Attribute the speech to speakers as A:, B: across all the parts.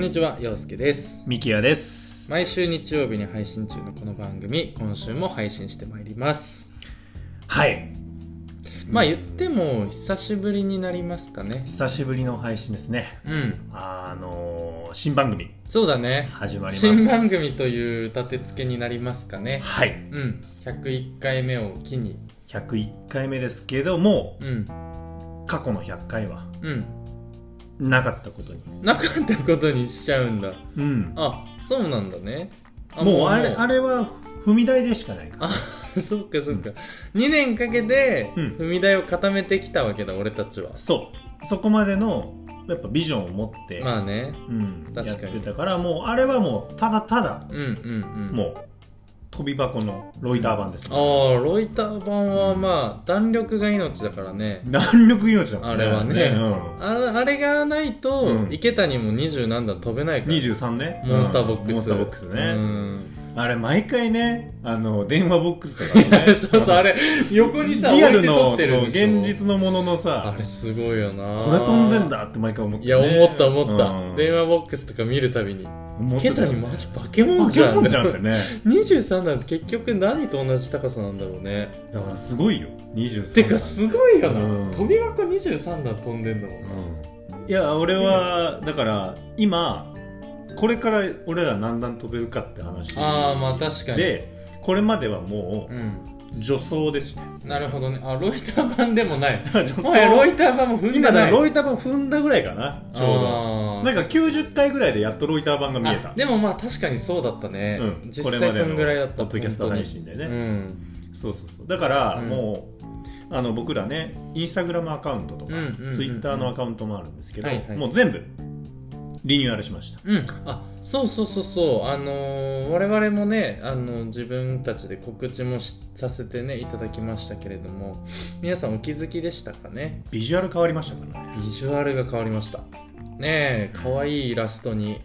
A: にちは、陽介です。
B: ミキヤです。
A: 毎週日曜日に配信中のこの番組、今週も配信してまいります。
B: はい。
A: まあ言っても、久しぶりになりますかね。
B: 久しぶりの配信ですね。
A: うん。
B: あのー、新番組
A: そうだね。
B: 始まります。
A: 新番組という立て付けになりますかね。
B: はい。
A: うん。101回目を機に。
B: 101回目ですけども、
A: うん。
B: 過去の100回は
A: うん。
B: なかったことに。
A: なかったことにしちゃうんだ。
B: うん。
A: あ、そうなんだね。
B: もうあれ、あ
A: れ
B: れは踏み台でしかないから。
A: あ そうかそうか、2年かけて
B: うん
A: 踏み台を固めてきたわけだ、俺たちは
B: そう。そこまでの、やっぱビジョンを持って、
A: まあね
B: うん、や
A: 確
B: っ
A: かに
B: てたから、もうあれはもう、ただただ、
A: うんうんうん
B: もう、飛び箱のロイター版です、
A: ああロイター版はまあ弾力が命だからね
B: 弾力命だもん
A: あれはね
B: うん
A: ああれがないと、
B: うん
A: 池谷も二十何段飛べないから
B: 23ね
A: モンスターボックス、
B: モンスターボックスね、
A: うん
B: あれ毎回ねあの電話ボックスとか、ね、
A: そうそうあれ横にさ
B: リアル
A: 置
B: の
A: いて
B: その
A: 撮ってるで
B: 現
A: しょ
B: 実のものの
A: あ
B: さ
A: れすごいよな
B: これ飛んでんだって毎回思って、
A: い
B: ね、
A: や思った思った、
B: うん
A: 電話ボックスとか見るたびに
B: 思って
A: 池
B: たよ
A: 谷
B: ね
A: マジバケモンじゃん
B: バケモンじゃんってね
A: 23なんて結局何と同じ高さなんだろうね
B: だからすごいよ23
A: てかすごいよな、
B: うん
A: 飛び箱23段飛んでんだもんな、
B: うんいや俺はだから今これから俺ら何段飛べるかって話
A: あーまあ確かに
B: でこれまではも
A: うん
B: う助走でした
A: なるほどねあロイター版でも ない
B: 助走
A: もはやロイター版も踏んで
B: 今だ
A: ない
B: ロイター版踏んだぐらいかなちょうど
A: あー
B: なんか90回ぐらいでやっとロイター版が見えた
A: あでもまあ確かにそうだったね、
B: うん
A: 実
B: これ
A: 際
B: まで
A: そ
B: の
A: んぐらいだった
B: ポッドキャスト配信で
A: 本当に
B: ね、そうそうそうだから
A: うん
B: もう、あの僕らねインスタグラムアカウントとか、
A: うんうんうんうん
B: ツイッターのアカウントもあるんですけど、
A: はいはい
B: もう全部リニューアルしました
A: うん、うん、あそうそうそうそうあのー我々もね、あのー自分たちで告知もしさせてねいただきましたけれども皆さんお気づきでしたかね
B: ビジュアル変わりましたからね
A: ビジュアルが変わりましたねえ可愛いイラストに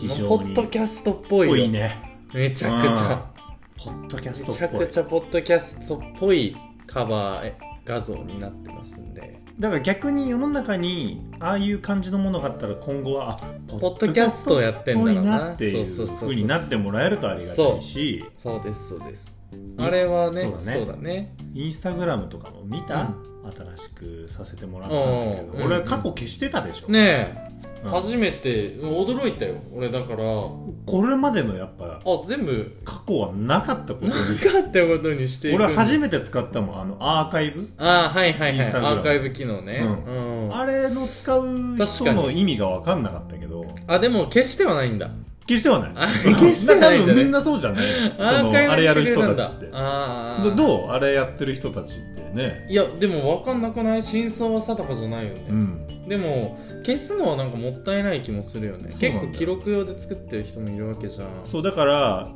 B: 非常に
A: ポッドキャストっぽ
B: ぽ
A: いよ
B: いね
A: めちゃくちゃ
B: ポッドキャスト
A: め
B: っ
A: ちゃ
B: ぽ
A: く
B: い
A: ちゃポッドキャストっぽいカバー画像になってますんで
B: だから逆に世の中にああいう感じのものがあったら今後はあ
A: ポッドキャストやってんだろうな
B: ポッドキャストっぽいっていう
A: そうそうそうそ
B: ふ
A: う
B: うになってもらえるとありがたいし
A: そうですそうですあれはね
B: そ
A: そうう
B: だね
A: だね
B: インスタグラムとかも見た、
A: う
B: 新しくさせてもらったんだけど、
A: うん
B: 俺は過去消してたでしょ、
A: ねえ、
B: うん
A: 初めて驚いたよ俺だからあ
B: これまでのやっぱ
A: 全部
B: 過去はなかったこと
A: な
B: に
A: かったことにしてい
B: 俺は初
A: て
B: めて使ったもんあのアーカイブ、
A: ああはいはい
B: イン
A: はい
B: ス
A: ア
B: タグラム
A: ーカイブ機能ね、
B: う
A: うん
B: あれの使う人
A: 確
B: の
A: か
B: 意味が分かんなかったけど
A: あでも消してはないんだ
B: 決してはない
A: あ 決してはないんだね
B: 多分みんなそうじゃない
A: アーカイブ
B: あれやる
A: してく
B: 人
A: んだ
B: たちって
A: あー
B: どどうあれやってる人たちってね
A: いやでも分かんなくない真相は定かじゃないよ
B: う
A: ね、
B: ん
A: でも消すのはなんかもったいない気もするよね
B: そう
A: 結
B: なんだよ
A: 構記録用で作ってる人もいるわけじゃん
B: そうだから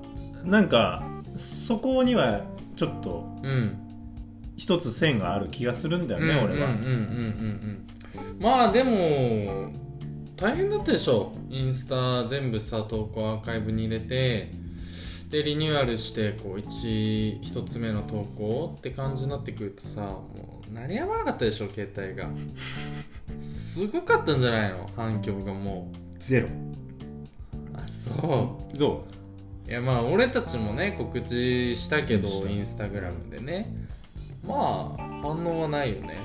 B: なんかそこにはちょっと
A: うん
B: 一つ線がある気がするんだよね、
A: うん
B: 俺
A: う
B: は、
A: んうんうんうんうんまあでも大変だったでしょインスタ全部さ投稿アーカイブに入れてでリニューアルしてこう一一つ目の投稿って感じになってくるとさもう鳴りやまなかったでしょ携帯 がすごかったんじゃないの反響がも
B: ゼロ
A: うあそう
B: ど
A: いやまあ俺たちもね告知したけど
B: した
A: インスタグラムでねまあ反応はないよね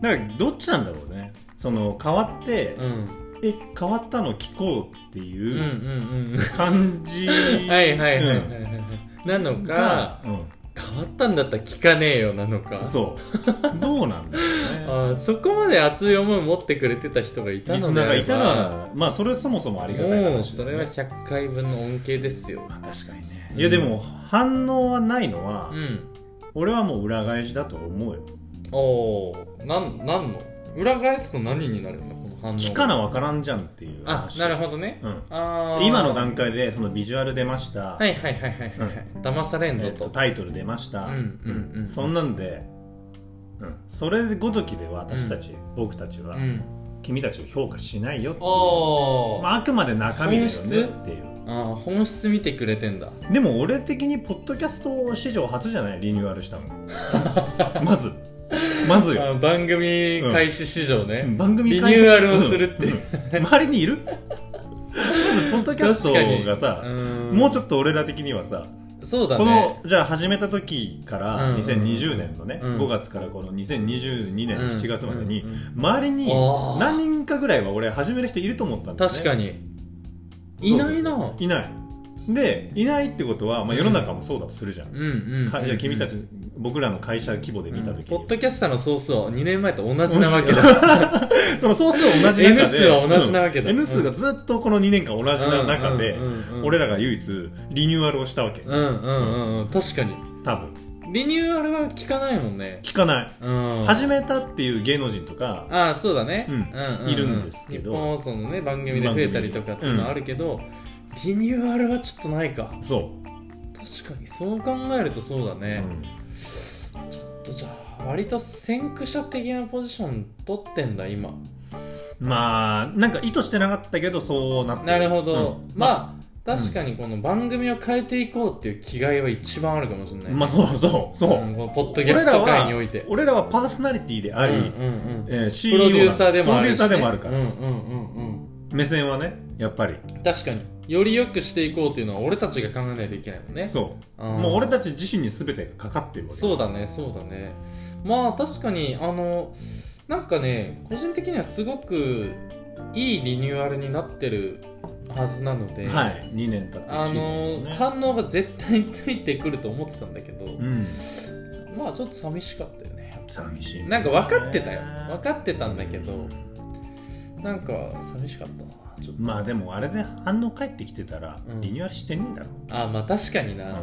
B: うだからどっちなんだろうねその変わって、
A: うん
B: え変わったの聞こうって
A: うんう
B: いうん感じ
A: うん はいはいはいはいは
B: うん
A: いなの
B: が
A: か、変わったんだったら聞かねえよなのか
B: うんそうどうなんだろう
A: あ
B: ね
A: ーそこまで熱い思い持ってくれてた人がいた
B: リス
A: のであ
B: ナーが
A: れ
B: いた
A: ば
B: らまあそれはそもそもありがたい
A: もう
B: 話
A: そ
B: だよ
A: れ
B: ね
A: は100回分の恩恵ですよ
B: まあ確かにね
A: うん
B: いやでも反応はないのは、
A: うん
B: 俺はもう裏返しだと思うよ
A: おーなんなんの裏返すと何になるんだこの反応
B: 聞かなわからんじゃんっていう
A: あ
B: 話
A: なるほどね
B: うん
A: あー
B: 今の段階でそのビジュアル出ました、
A: はいはいはいはいはい、はい騙されん
B: え
A: ぞ
B: っと、
A: と、
B: タイトル出ました、
A: うんうんうん
B: そんなんで、うん、それごときで私たち、僕たちは、
A: うん、
B: 君たちを評価しないよっていう
A: おー、
B: まあ、あくまで中身だよ
A: 本質
B: ねっていう
A: あー本質見てくれてんだ
B: でも俺的にポッドキャスト史上初じゃないリニューアルしたの まずまずよ
A: あ番組開始史上ね、
B: 番組
A: リニューアルをするって
B: うんうん周りにいるずポッドキャストがさ、もうち
A: ょっ
B: ょっと俺ら的にはさ、
A: とそうだ
B: こ
A: ね
B: のじゃあ始めた時から
A: うん
B: 2020年のね、
A: うん
B: 5月からこの2022年
A: うん
B: 7月までに、
A: うんうん
B: 周りに
A: あー
B: 何人かぐらいは俺始める人いると思ったんだよね
A: 確かにいないな
B: そうそうそういないでいないってことは、まあ、世の中もそうだとするじゃん、
A: うんうん
B: かじゃあ君た
A: う
B: ち
A: ん
B: 僕らの会社規模で見た時に、
A: ポッドキャスターの総数は2年前と同じなわけだ
B: その総数は同じ中で
A: N 数は同じなわけだ
B: うん N 数がずっとこの2年間同じな中で、
A: うんうんうんうん
B: 俺らが唯一リニューアルをしたわけ、
A: うんうんうんうん確かに
B: 多分
A: リニューアルは聞かないもんね
B: 聞かない、
A: うん
B: 始めたっていう芸能人とか
A: ああそうだね、
B: うん
A: う
B: いるんですけど
A: 日本放送のね番組で増えたりとかっていうのはあるけど、リニューアルはちょっとないか
B: そう、
A: 確かにそう考えるとそうだね、ちょっとじゃあ割と先駆者的なポジション取ってんだ今
B: うんまあなんか意図してなかったけどそうなって
A: なるほど、
B: うんまあ
A: まあ確かにこの番組を変えていこうっていう気概は一番あるかもしれない、
B: まあそうそうそう、
A: うんこのポッドキャスト界において
B: 俺らはパーソナリティであり、
A: うんうんうん
B: えー CEO
A: プロデューサーでもあるし、ね、
B: プロデューサーでもあるから、
A: うんうんうん
B: 目線はねやっぱり
A: うん確かにより良くしていこうっていうのは俺たちが考えないといけないもんね
B: そうう、
A: ん
B: もう俺たち自身に全てがかかってるわけ
A: そうだねそうだねまあ確かにあのなんかね個人的にはすごくいいリニューアルになってるはずなので、
B: はい2年経って
A: あの、反応が絶対についてくると思ってたんだけど、
B: うん
A: まあちょっと寂しかったよね
B: 寂しい
A: なんか分かってたよ分かってたんだけどなんか寂しかったなちょっと
B: まあでもあれで反応返ってきてたら、
A: うん
B: リニューアルしてねえだろ
A: あまあ確かにな、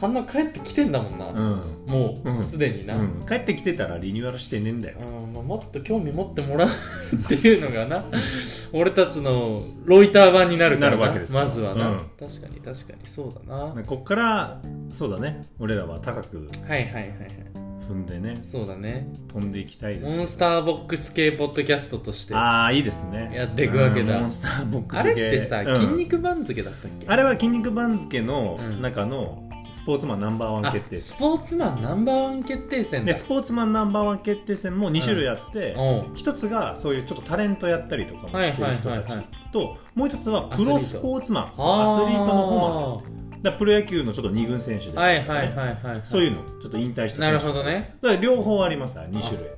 A: 反応返ってきてんだもんな、
B: うん、
A: も
B: う
A: うんすでにな、
B: うん帰ってきてたらリニューアルしてねえんだよ、
A: うんまあ、もっと興味持ってもらうっていうのがな俺たちのロイター版になるからな
B: なるわけですから
A: まずはな、
B: うん
A: 確かに確かにそうだな、はい
B: こっからそうだね俺らは高く
A: はいはいはい
B: 踏んでね
A: そうだね
B: 飛んでいきたいです
A: モンスターボックス系ポッドキャストとしてあ
B: ああいいですね
A: やっていくわけだ
B: うんモンスターボックス
A: れ
B: 系
A: ってさ、
B: うん
A: 筋肉番付だったっけ
B: あれは筋肉番付の
A: うん
B: 中のスポーツマンナンバーワン
A: あ
B: 決定
A: ス
B: 戦、
A: ポーツマンナンバーワン決定戦だ
B: でスポーツマンナンバーワン決定戦も2種類あって、
A: おう
B: 一つがそういうちょっとタレントやったりとかもしてる人た
A: はいはいはい
B: ち
A: はい
B: ともう一つはプロスポーツマンそうアスリートの方もある
A: あ
B: だからプロ野球のちょっと二軍選手
A: ー
B: で、
A: はいはいはいはい
B: そういううのちょっと引退した
A: な
B: 選
A: る
B: 手と
A: ほ
B: か
A: どね
B: だから両方あります2種類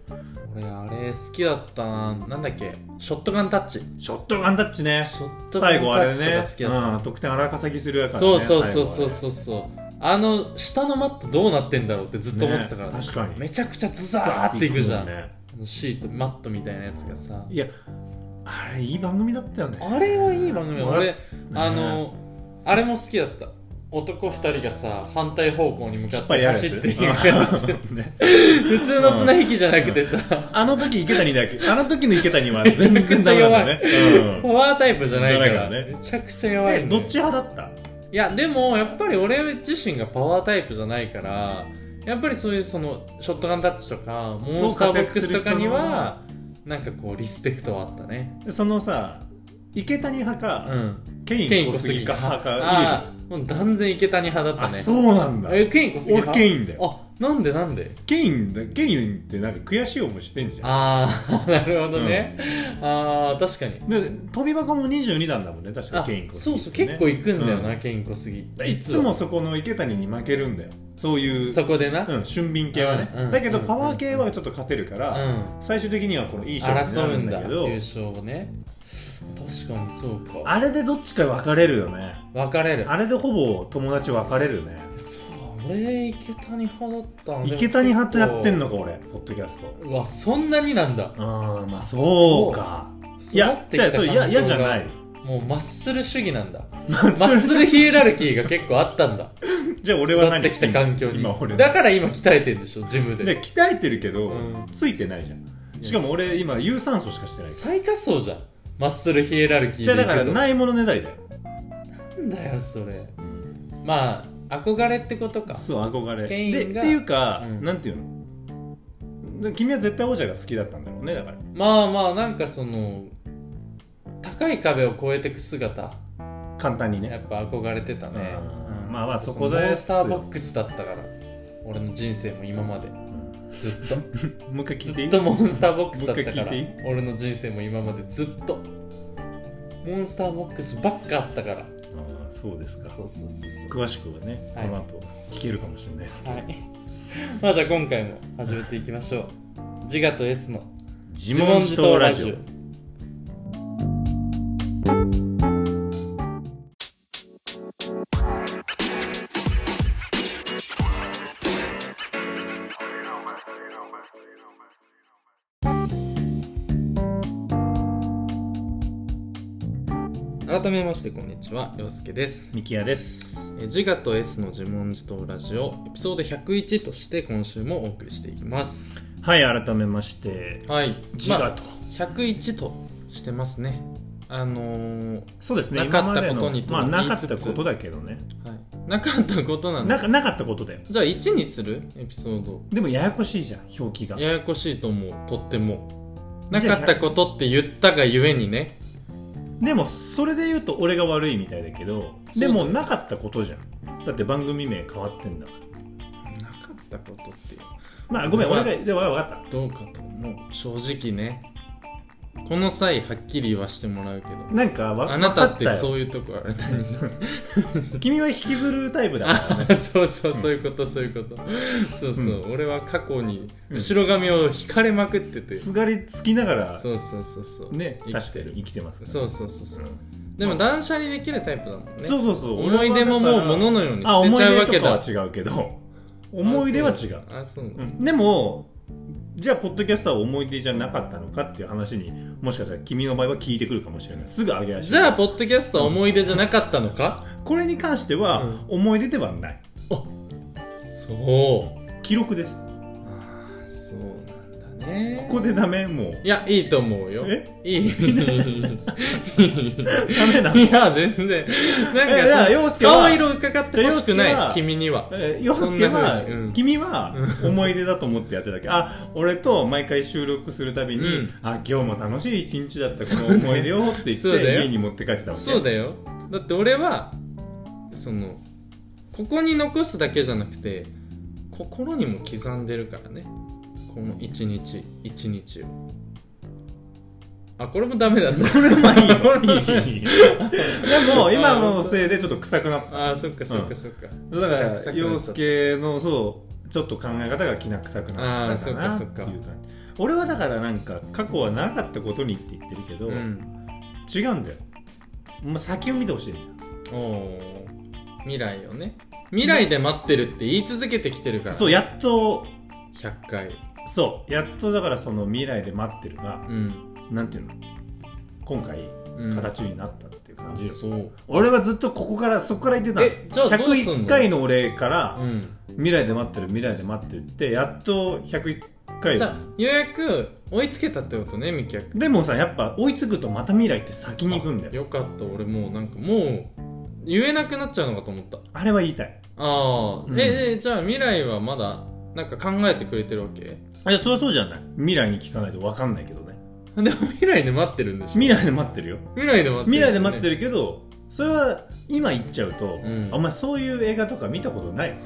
A: 俺あれ好きだったななんだっけショットガンタッチ
B: ショットガンタッチね
A: ショットガ
B: 最
A: ンタ
B: 後あ
A: ッ
B: れ
A: チと
B: ね
A: か好きだったな
B: うん得点荒稼ぎするやからね
A: そうそうそうそう
B: 最
A: そうそうあの下のマットどうなってんだろうってずっと
B: 後はね
A: 思ってたから、
B: ね確かに
A: めちゃくちゃズザーっていくじゃん、
B: 行もね
A: あのシートマットみたいなやつがさ
B: いやあれいい番組だったよね
A: あれはいい番組
B: うん
A: 俺
B: ね
A: あのあれも好きだった男二人がさ反対方向に向か
B: や
A: っ
B: っぱり
A: て
B: やる
A: 走っていくやつ
B: ね
A: 普通の綱引きじゃなくてさ、
B: あの時池谷だけあの時の池谷は全然ダメなんだねうん
A: フォアタイプじゃないから、
B: じゃないからね
A: めちゃくちゃ弱い
B: え
A: んだ
B: ど
A: よ
B: っち派だった
A: いやでもやっぱり俺自身がパワータイプじゃないからやっぱりそういうそのショットガンタッチとかモンスターボックスとかにはなんかこうリスペクトはあったね
B: そのさ池谷派
A: う
B: か、
A: ん
B: ケイン小杉か派かいるじゃん
A: ああもう断然池谷派だ
B: あ
A: ったね
B: そうなんだ
A: えケイン小杉
B: 俺
A: 派
B: ケインだよ
A: あなんでなんで
B: ケインだケインってなんか悔しい思いしてんじゃん
A: ああ なるほどね、ああ確かに
B: で飛び箱も22段だもんね確か
A: あ
B: ケイン小
A: そう
B: 杉ってね、
A: そう結構行くんだよな、
B: う
A: ケイン小杉
B: いつもそこの池谷に負けるんだよそういう
A: そこでな、
B: うん、俊敏系はね、
A: うんうん
B: だけど
A: うん
B: パワー系はちょっと勝てるから、
A: うん、
B: 最終的にはこのいい勝負にな
A: 争う
B: る
A: ん
B: ん
A: だ
B: だけど
A: 優勝をね確かにそうか
B: あれでどっちか分かれるよね
A: 別れる
B: あれでほぼ友達分かれるね
A: そう俺池谷派だったの
B: 池谷派とやってんのか俺ポッドキャスト
A: うわそんなになんだ
B: ああまあそうかい
A: 育
B: や
A: ってき
B: じゃ
A: た
B: あそうい
A: 環
B: や
A: 境
B: 嫌じゃ
A: が
B: ない
A: もうマッスル主義なんだ
B: ま
A: マッスルヒエラルキーが結構あったんだ
B: じゃあ俺は
A: 育
B: 何
A: ってきた環境に
B: 今俺
A: だから今鍛えてんでしょジムで
B: で鍛えてるけど、
A: うん
B: ついてないじゃんしかも俺今有酸素しかしてない
A: 最下層じゃんマッスルヒエラルキー
B: じゃあだから
A: な
B: ないものねだりだよ
A: んだよそれまあ憧れってことか
B: そう憧れ
A: ケイ
B: でっ
A: ン
B: て
A: が
B: いうか、
A: うん
B: なんていうので君は絶対王者が好きだったんだろうねだから
A: まあまあなんかその高い壁を越えてく姿
B: 簡単に
A: や
B: ね
A: っぱ憧れてたね
B: うんまあまあそこ
A: でモ
B: で
A: ンス
B: す
A: タ
B: よ
A: ーボックスだったから俺の人生も今までずっと
B: もう一 回聞
A: ず
B: いてい
A: っ
B: い
A: とモンスターボックスだったか
B: もう一
A: ら
B: 回聞い
A: 俺の人生も今までずっとモンスターボックスばっかあったから
B: ああそうですか
A: そうそうそうそう
B: 詳しくはね、
A: はい
B: この後聞けるかもしれないですけど、
A: はい まあじゃあ今回も始めていきましょう自我と S の
B: 自問自答ラジオ
A: 改めましてこんにちは陽介です
B: ミキヤです
A: えー自我と S の自問自答ラジオエピソード101として今週もお送りしていきます
B: はい改めまして
A: はい
B: 自
A: まあ
B: 我と、
A: 101としてますねあのー
B: そうですね
A: なか
B: 今
A: った
B: まで
A: こと
B: の
A: に
B: まあ
A: と言い
B: な
A: つつ
B: かったことだけどね
A: はい、なかったことなん
B: な
A: だ
B: かなかったことだよ
A: じゃあ1にするエピソード
B: でもややこしいじゃん表記が
A: ややこしいと思うとってもな
B: じゃ
A: か
B: あ
A: ったことって言ったがゆえにね
B: でもそれで言うと俺が悪いみたいだけど
A: そうだ
B: で
A: よ
B: もなかったことじゃんだって番組名変わってんだから
A: なかったことって
B: まあごめん
A: まあ
B: 俺がでわ分かっ
A: どうかと思う正直ねこの際はっきり言わしてもらうけど
B: たなんかわ
A: あなた
B: わか
A: っ
B: ったよ
A: てそういうとこあれ何
B: 君は引きずるタイプ だからね
A: あそうそうそういうことそういうことそうそう、俺は過去に後ろ髪を引かれまくってて、
B: すがりつきながら
A: そうそうそうそう
B: ね
A: 生き
B: 確
A: て
B: か
A: る
B: に生きてますから
A: そうそうそうそう、
B: うん
A: でも断捨離できるタイプだもんね
B: そうそうそう
A: 思い出ももう
B: 俺はだから
A: 物のように
B: あ
A: 捨て
B: 思
A: ち
B: い
A: ゃうわ
B: 出
A: け
B: とか
A: だ
B: は違うけど思い出は違う
A: あそう
B: うんでもじゃあポッドキャスターは思い出じゃなかったのかっていう話にもしかしたら君の場合は聞いてくるかもしれないすぐ上げ足
A: じゃあポッドキャストは思い出じゃなかったのか
B: これに関して
A: う
B: は
A: ん
B: 思い出ではない
A: そう
B: 記録です
A: あそうなんだね
B: ここでダメもう
A: いやいいと思うよ
B: え
A: いい い
B: ダメなの
A: や全然
B: えだか
A: な
B: ら
A: んか
B: 陽介は
A: 顔色伺ってほしく
B: 洋介
A: ない
B: は
A: 君には
B: えー洋介は
A: そんな、風にうん
B: 君は思い出だと思ってやって たけどあ俺と毎回収録するたびに、
A: うん
B: あ今日も楽しい一日だったこの思い出をって言っ
A: そうだ
B: て
A: よ
B: 家に持って帰ってたわけ
A: そうだよだって俺はそのここに残すだけじゃなくて心にも刻んでるからねこの一日一日をあこれもダメだった
B: これまあい いよ
A: い
B: いいよでも今のせいでちょっと臭くなった
A: あーそっかそっかそっか、
B: だか
A: 臭くな
B: ら
A: っちゃった
B: 洋介のそうちょっと考え方がきな臭く
A: あ
B: な
A: ー
B: った
A: そっ
B: かな
A: か
B: っ
A: そ
B: てい
A: っ
B: う
A: か
B: 感じ俺はだからなんか過去はなかったことにって言ってるけど、
A: うん
B: 違うんだよ、まあ、先を見てほしいんだ
A: おー未来をね未来で待ってるって言い続けてきてるから、
B: そうやっと
A: 100回
B: そうやっとだからその未来で待ってるが
A: うん、
B: なんていうの今回
A: うん、
B: 形になったっていう感じよ、
A: そう
B: 俺はずっとここからそこから言ってたの
A: えじゃあどうすん
B: 101
A: の
B: 回の俺か
A: う
B: ら
A: ん
B: 未来で待ってる未来で待ってるってやっと101回
A: じゃあようやく追いつけたってことねみきゃく
B: でもさやっぱ追いつくとまた未来って先に行くんだよ
A: よかった俺もうなんかもう言えなくなっちゃうのかと思った
B: あれは言いたい
A: ああ、
B: うん
A: ええじゃあ未来はまだなんか考えてくれてるわけ で
B: あいやそりゃそうじゃない未来に聞かないと分かんないけどね
A: も未来で待ってるんでしょ
B: 未来で待ってるよ
A: 未来で待ってる、
B: 未来で待って
A: る
B: るけどそれは今行っちゃうと、
A: ん
B: お前そういう映画とか見たこ とない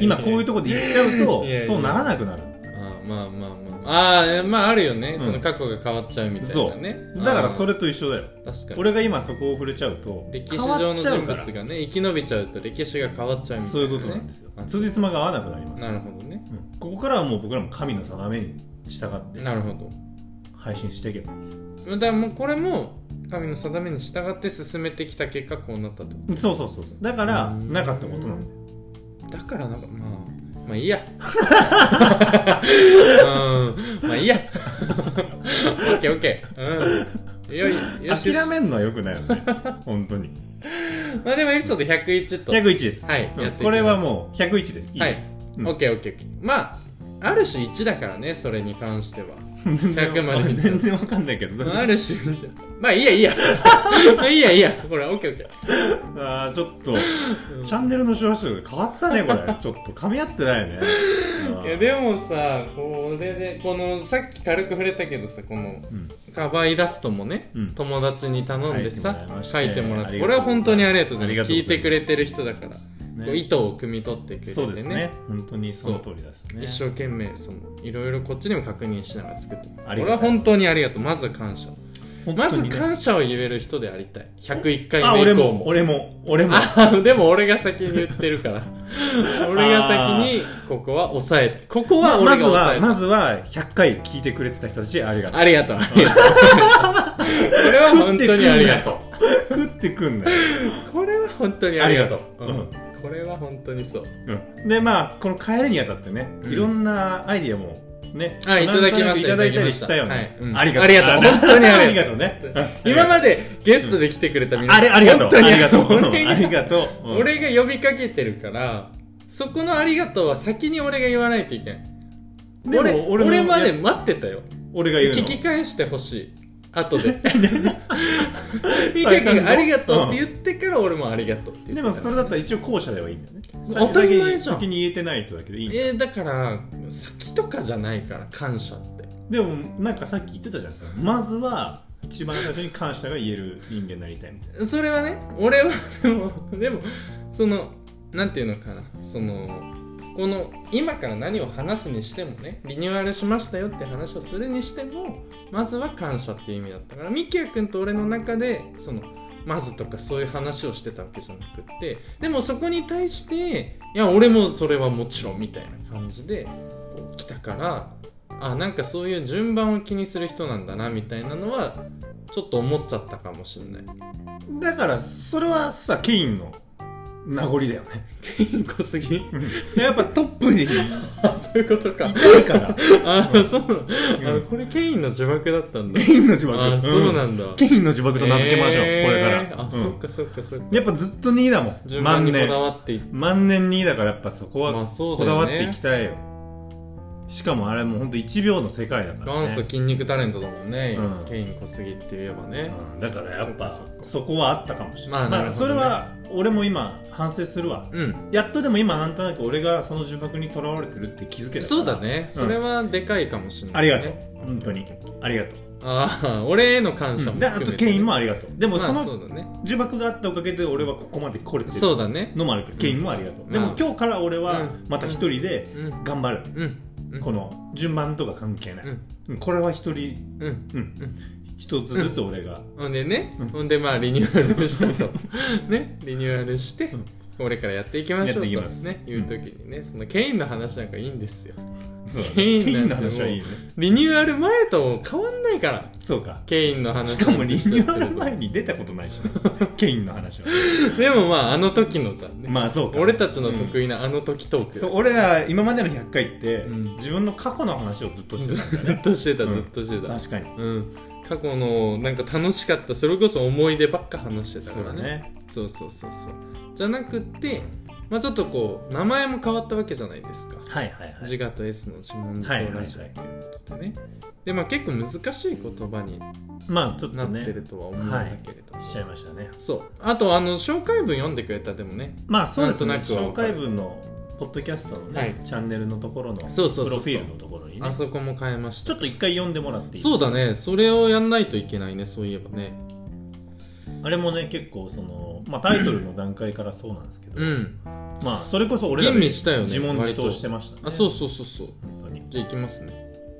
B: 今こういうとこで行っちゃうと
A: いやいや
B: そうならなくなるんだ
A: ああまあまあまあああまああるよね、
B: ん
A: その過去が変わっちゃうみたいなね
B: だからそ
A: れ
B: れと一緒だよ
A: 確かに
B: 俺が今そこを触れちゃうと
A: 歴史上の
B: 変わっちゃ
A: 人
B: うから
A: 物がね生き延びちゃうと歴史が変わっちゃうみた
B: そ
A: いうな、
B: い
A: ね、
B: うことなんですよ
A: あ
B: つじつまが合わなくなります、
A: なるほどね
B: うんここからはもう僕らも神の定めに従って
A: なるほど
B: 配信していけばいいです
A: だからもうこれも神の定めに従って進めてきた結果こうなったと
B: そうそうそうそうだから
A: うん
B: なかったことなんだよ
A: だからなんかまあまあいいや うんまあいい やオッケーオッケーうんよいよしよし
B: 諦めんのはよくないよ ね本当に
A: まあでもエピソード101と
B: 101です、
A: はい、
B: うん
A: やっていきます
B: これはもう101ですいい
A: はい
B: です、
A: オッケーオッケーオッケーまあある種1だからねそれに関しては
B: うん、全然
A: 100まで
B: 全然わかんないけ ど
A: まあある種1まあいいやいい やまあいいやいいやこれオッケーオッケ
B: あーちょっと
A: ー、うん
B: チャンネルの視聴数が変わったねこ れちょっと噛み合ってないね
A: いやでもさこれでこのさっき軽く触れたけどさこの
B: うん
A: カバーイラストもね、
B: うん
A: 友達に頼んでさ
B: 書
A: 書
B: い
A: い
B: て
A: て
B: も
A: も
B: ら
A: らっ
B: っ
A: ててこれは本当にありがとうござ
B: あり
A: い
B: が
A: ま
B: と
A: す聞い
B: うございます
A: てくれてる人だから、
B: ね
A: こう意図を汲み取ってくれて
B: そ
A: ね
B: うですね本当にその通りですね
A: 一生懸命そのいろいろこっちにも確認しながら作って
B: あ
A: こ
B: り
A: れ
B: がとうございます
A: は本当にありがとうまずは感謝
B: 本当
A: ま
B: に
A: ず
B: ね
A: 感謝を言える人でありたい101回
B: あ
A: 目
B: 俺
A: 以降
B: も
A: も
B: 俺も俺も
A: あでも俺が先に言ってるから 俺が先にここは抑えてここは
B: ま
A: 俺
B: ず
A: が抑え
B: は
A: て、
B: まずは100回聞いてくれてた人たちありがとう
A: ありがとうありがとうこれは本当にありがとう
B: 食ってくんなよ
A: これは本当にありがとう
B: ありがとううん
A: これは本当にそう
B: うんでまあこの帰るにあたってね、
A: うん
B: いろんなアイディアもね
A: あいただきました
B: いただいたりしたよ
A: は
B: ね
A: い、うん
B: ありがとう
A: ありがとう本当にあ
B: あり
A: りが
B: が
A: とう
B: とうねうん
A: 今までゲストで来てくれた皆さん
B: あれありがとう
A: 本当に
B: ありがとう
A: 俺
B: うんあり
A: が
B: がとううん
A: 俺が呼びかけてるからそこのありがとうは先に俺が言わないといけない
B: でも
A: 俺俺
B: も
A: まで
B: いや
A: 待ってたよ
B: 俺が言う
A: 聞
B: の
A: き返してほしい後 でいい
B: それ
A: 結
B: ちゃんと
A: 局ありがとうって言ってから俺もありがとうって言って
B: で
A: た
B: もそれだったら一応後者ではいいんだよね
A: 当たり前じゃん
B: 先に言えてない人だけどいいんだよ
A: えーだから先とかじゃないから感謝って
B: でもなんかさっき言ってたじゃないですかまずは一番最初に感謝が言える人間になりたいみたいな
A: それはね俺はでもでもそのなんていうのかなそのこの今から何を話すにしてもねリニューアルしましたよって話をするにしてもまずは感謝っていう意味だったからミキヤ君と俺の中でそのまずとかそういう話をしてたわけじゃなくってでもそこに対していや俺もそれはもちろんみたいな感じでこう来たからあなんかそういう順番を気にする人なんだなみたいなのはちょっと思っちゃったかもしれない。
B: だからそれはさケインの名残だよね
A: ピンコすぎ
B: やっぱトップにい
A: あそういうことか
B: たいから
A: あ
B: うん
A: そうなの、
B: う
A: あ
B: ん
A: これケインの呪縛だったんだ
B: ケインの呪縛
A: あそうなんんだ、
B: ケインの呪縛と名付けましょう、
A: えー
B: これから
A: あ、
B: うん
A: そっかそっかそっか
B: やっぱずっと2位だもん
A: 順番
B: 万
A: にこだ
B: 年
A: わっていって
B: 万年2位だからやっぱそこ
A: ま
B: は
A: あそう
B: こ
A: だ
B: だわ
A: よ
B: ってい
A: ね
B: きたいよ、しかもあれもうほんと1秒の世界だから、ね、
A: 元祖筋肉タレントだもんね、
B: うん
A: ケイン小杉って言えばね、
B: うんだからやっぱ
A: そっ
B: そ
A: かそっか
B: こはあったかもしれない、
A: まあなるほどね
B: それは俺も今反省するわ
A: うん
B: やっとでも今なんとなく俺がその呪縛にとらわれてるって気づけたから
A: そうだねそれはでかいかもしれ
B: あ
A: ない、
B: り
A: ね
B: がとう本当にありがとう、
A: ああ俺への感謝
B: うん
A: も
B: で
A: 含
B: あ
A: めて、
B: とケインもありがとうでも
A: ま
B: そ
A: あ
B: の
A: そうだね
B: 呪縛があったおかげで俺はここまで来れて
A: そう
B: る
A: だね
B: のもあるけどケインもありがとう、
A: うん
B: で
A: ま
B: も
A: あ
B: 今日から俺
A: う
B: は
A: ん
B: また一人で
A: うん
B: 頑張る、
A: うんうん
B: この順番とか関係ない、
A: うん
B: うんこれは一人
A: うん
B: うん
A: うん
B: 一つずつ俺が、
A: ほんでね、
B: うん
A: ほんでまあリニューアルした とねリニューアルして、
B: うん
A: これからやっていきましょうと
B: やっていきます
A: ね
B: うん
A: いう時にねそのケインの話なんかいいんですよ
B: そうだね
A: ケインなんて
B: ケインの話はいいよね
A: リニューアル前と変わんないから
B: そうか
A: ケインの話
B: しかもリニューアル前に出たことないし ね、ケインの話は。
A: でもまああの時のじゃんね、
B: まあそうか。
A: 俺たちの
B: 意、
A: 得意なあの時トーク、
B: そう、俺ら今までの100回って、
A: うん
B: 自分の過去の話をずっとして
A: ず
B: たんだよ
A: っ
B: ね。
A: としてた
B: うん
A: ずっとしてた、
B: 確かに。
A: うん過去のなんか楽しかったそれこそ思い出ばっか話してた
B: そう
A: か
B: だ
A: らね
B: ね。
A: そうそうそうそうじゃなくって、まあ、ちょっとこう名前も変わったわけじゃないですか
B: はいはいはい。
A: 自我と S の自問自答ラジオということでね、でまあ結構難しい言葉に
B: まあちょっ
A: な
B: と
A: って
B: ね、
A: るとは思うんだけれども、
B: しちゃいましたね。
A: そうあとあの紹介文読んでくれたでもね
B: まあそうですね。
A: なんとなくは
B: 紹介文の、ポッドキャストのね、
A: はい
B: チャンネルのところの、
A: そうそうそうそう
B: プロフィールのところにね
A: あ、そこも変えまし
B: ちょ
A: た
B: っと一回読んでもらっていい
A: そうだねそれをやんないといけないねそういえばね
B: あれもね、結構その、まあタイトルの段階からそうなんですけど、
A: うん
B: まあそれこそ俺ら
A: 吟
B: で
A: 味したよね
B: 自問自答
A: 割と
B: してましたね。
A: あそうそうそうそう
B: 本当に。
A: じゃあいきますね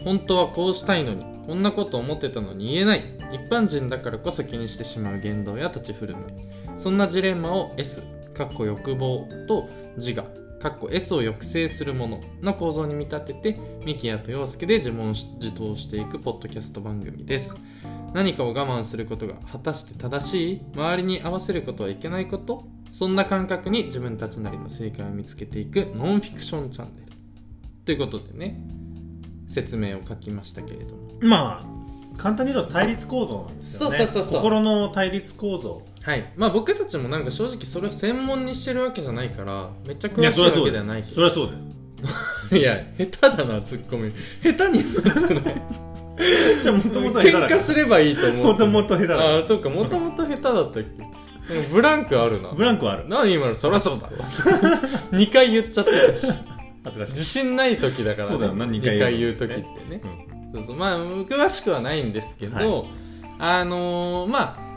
A: 本当はこうしたいのにこんなこと思ってたのに言えない一般人だからこそ気にしてしまう言動や立ち振る舞いそんなジレンマを S かっこ欲望と自我かっこ S を抑制するものの構造に見立ててミキヤと陽介で自問自答していくポッドキャスト番組です何かを我慢することが果たして正しい周りに合わせることはいけないことそんな感覚に自分たちなりの正解を見つけていくノンフィクションチャンネルということでね説明を書きましたけれども
B: まあ簡単に言うと対立構造なんですよね
A: そうそうそうそう
B: 心の対立構造
A: はいまあ僕たちもなんか正直それを専門にしてるわけじゃないからめっちゃ詳
B: いや
A: しい
B: そり
A: わ
B: ゃそう
A: けで
B: だ
A: は
B: よ
A: ないけ
B: そ
A: ど
B: りゃそうだよ
A: いや下手だなツッコミ下手になってない
B: じゃあもともと下手
A: 喧
B: だか
A: 嘩
B: ら
A: すればいいと思う
B: もともと下手だ
A: あ
B: か
A: あそうかもともと下手だったっけなんかブランクあるな
B: らブランクはある
A: 何今のそりゃそうだろ2回言っちゃってたし
B: 恥ずか
A: 自
B: しい、
A: 信ない時だから、
B: そうだよな二
A: 2
B: 回
A: 回
B: 言
A: 言う
B: うの
A: 時っ
B: ね
A: てね
B: うん
A: そうそうまあ詳しくはないんですけど、
B: は
A: あのーまあ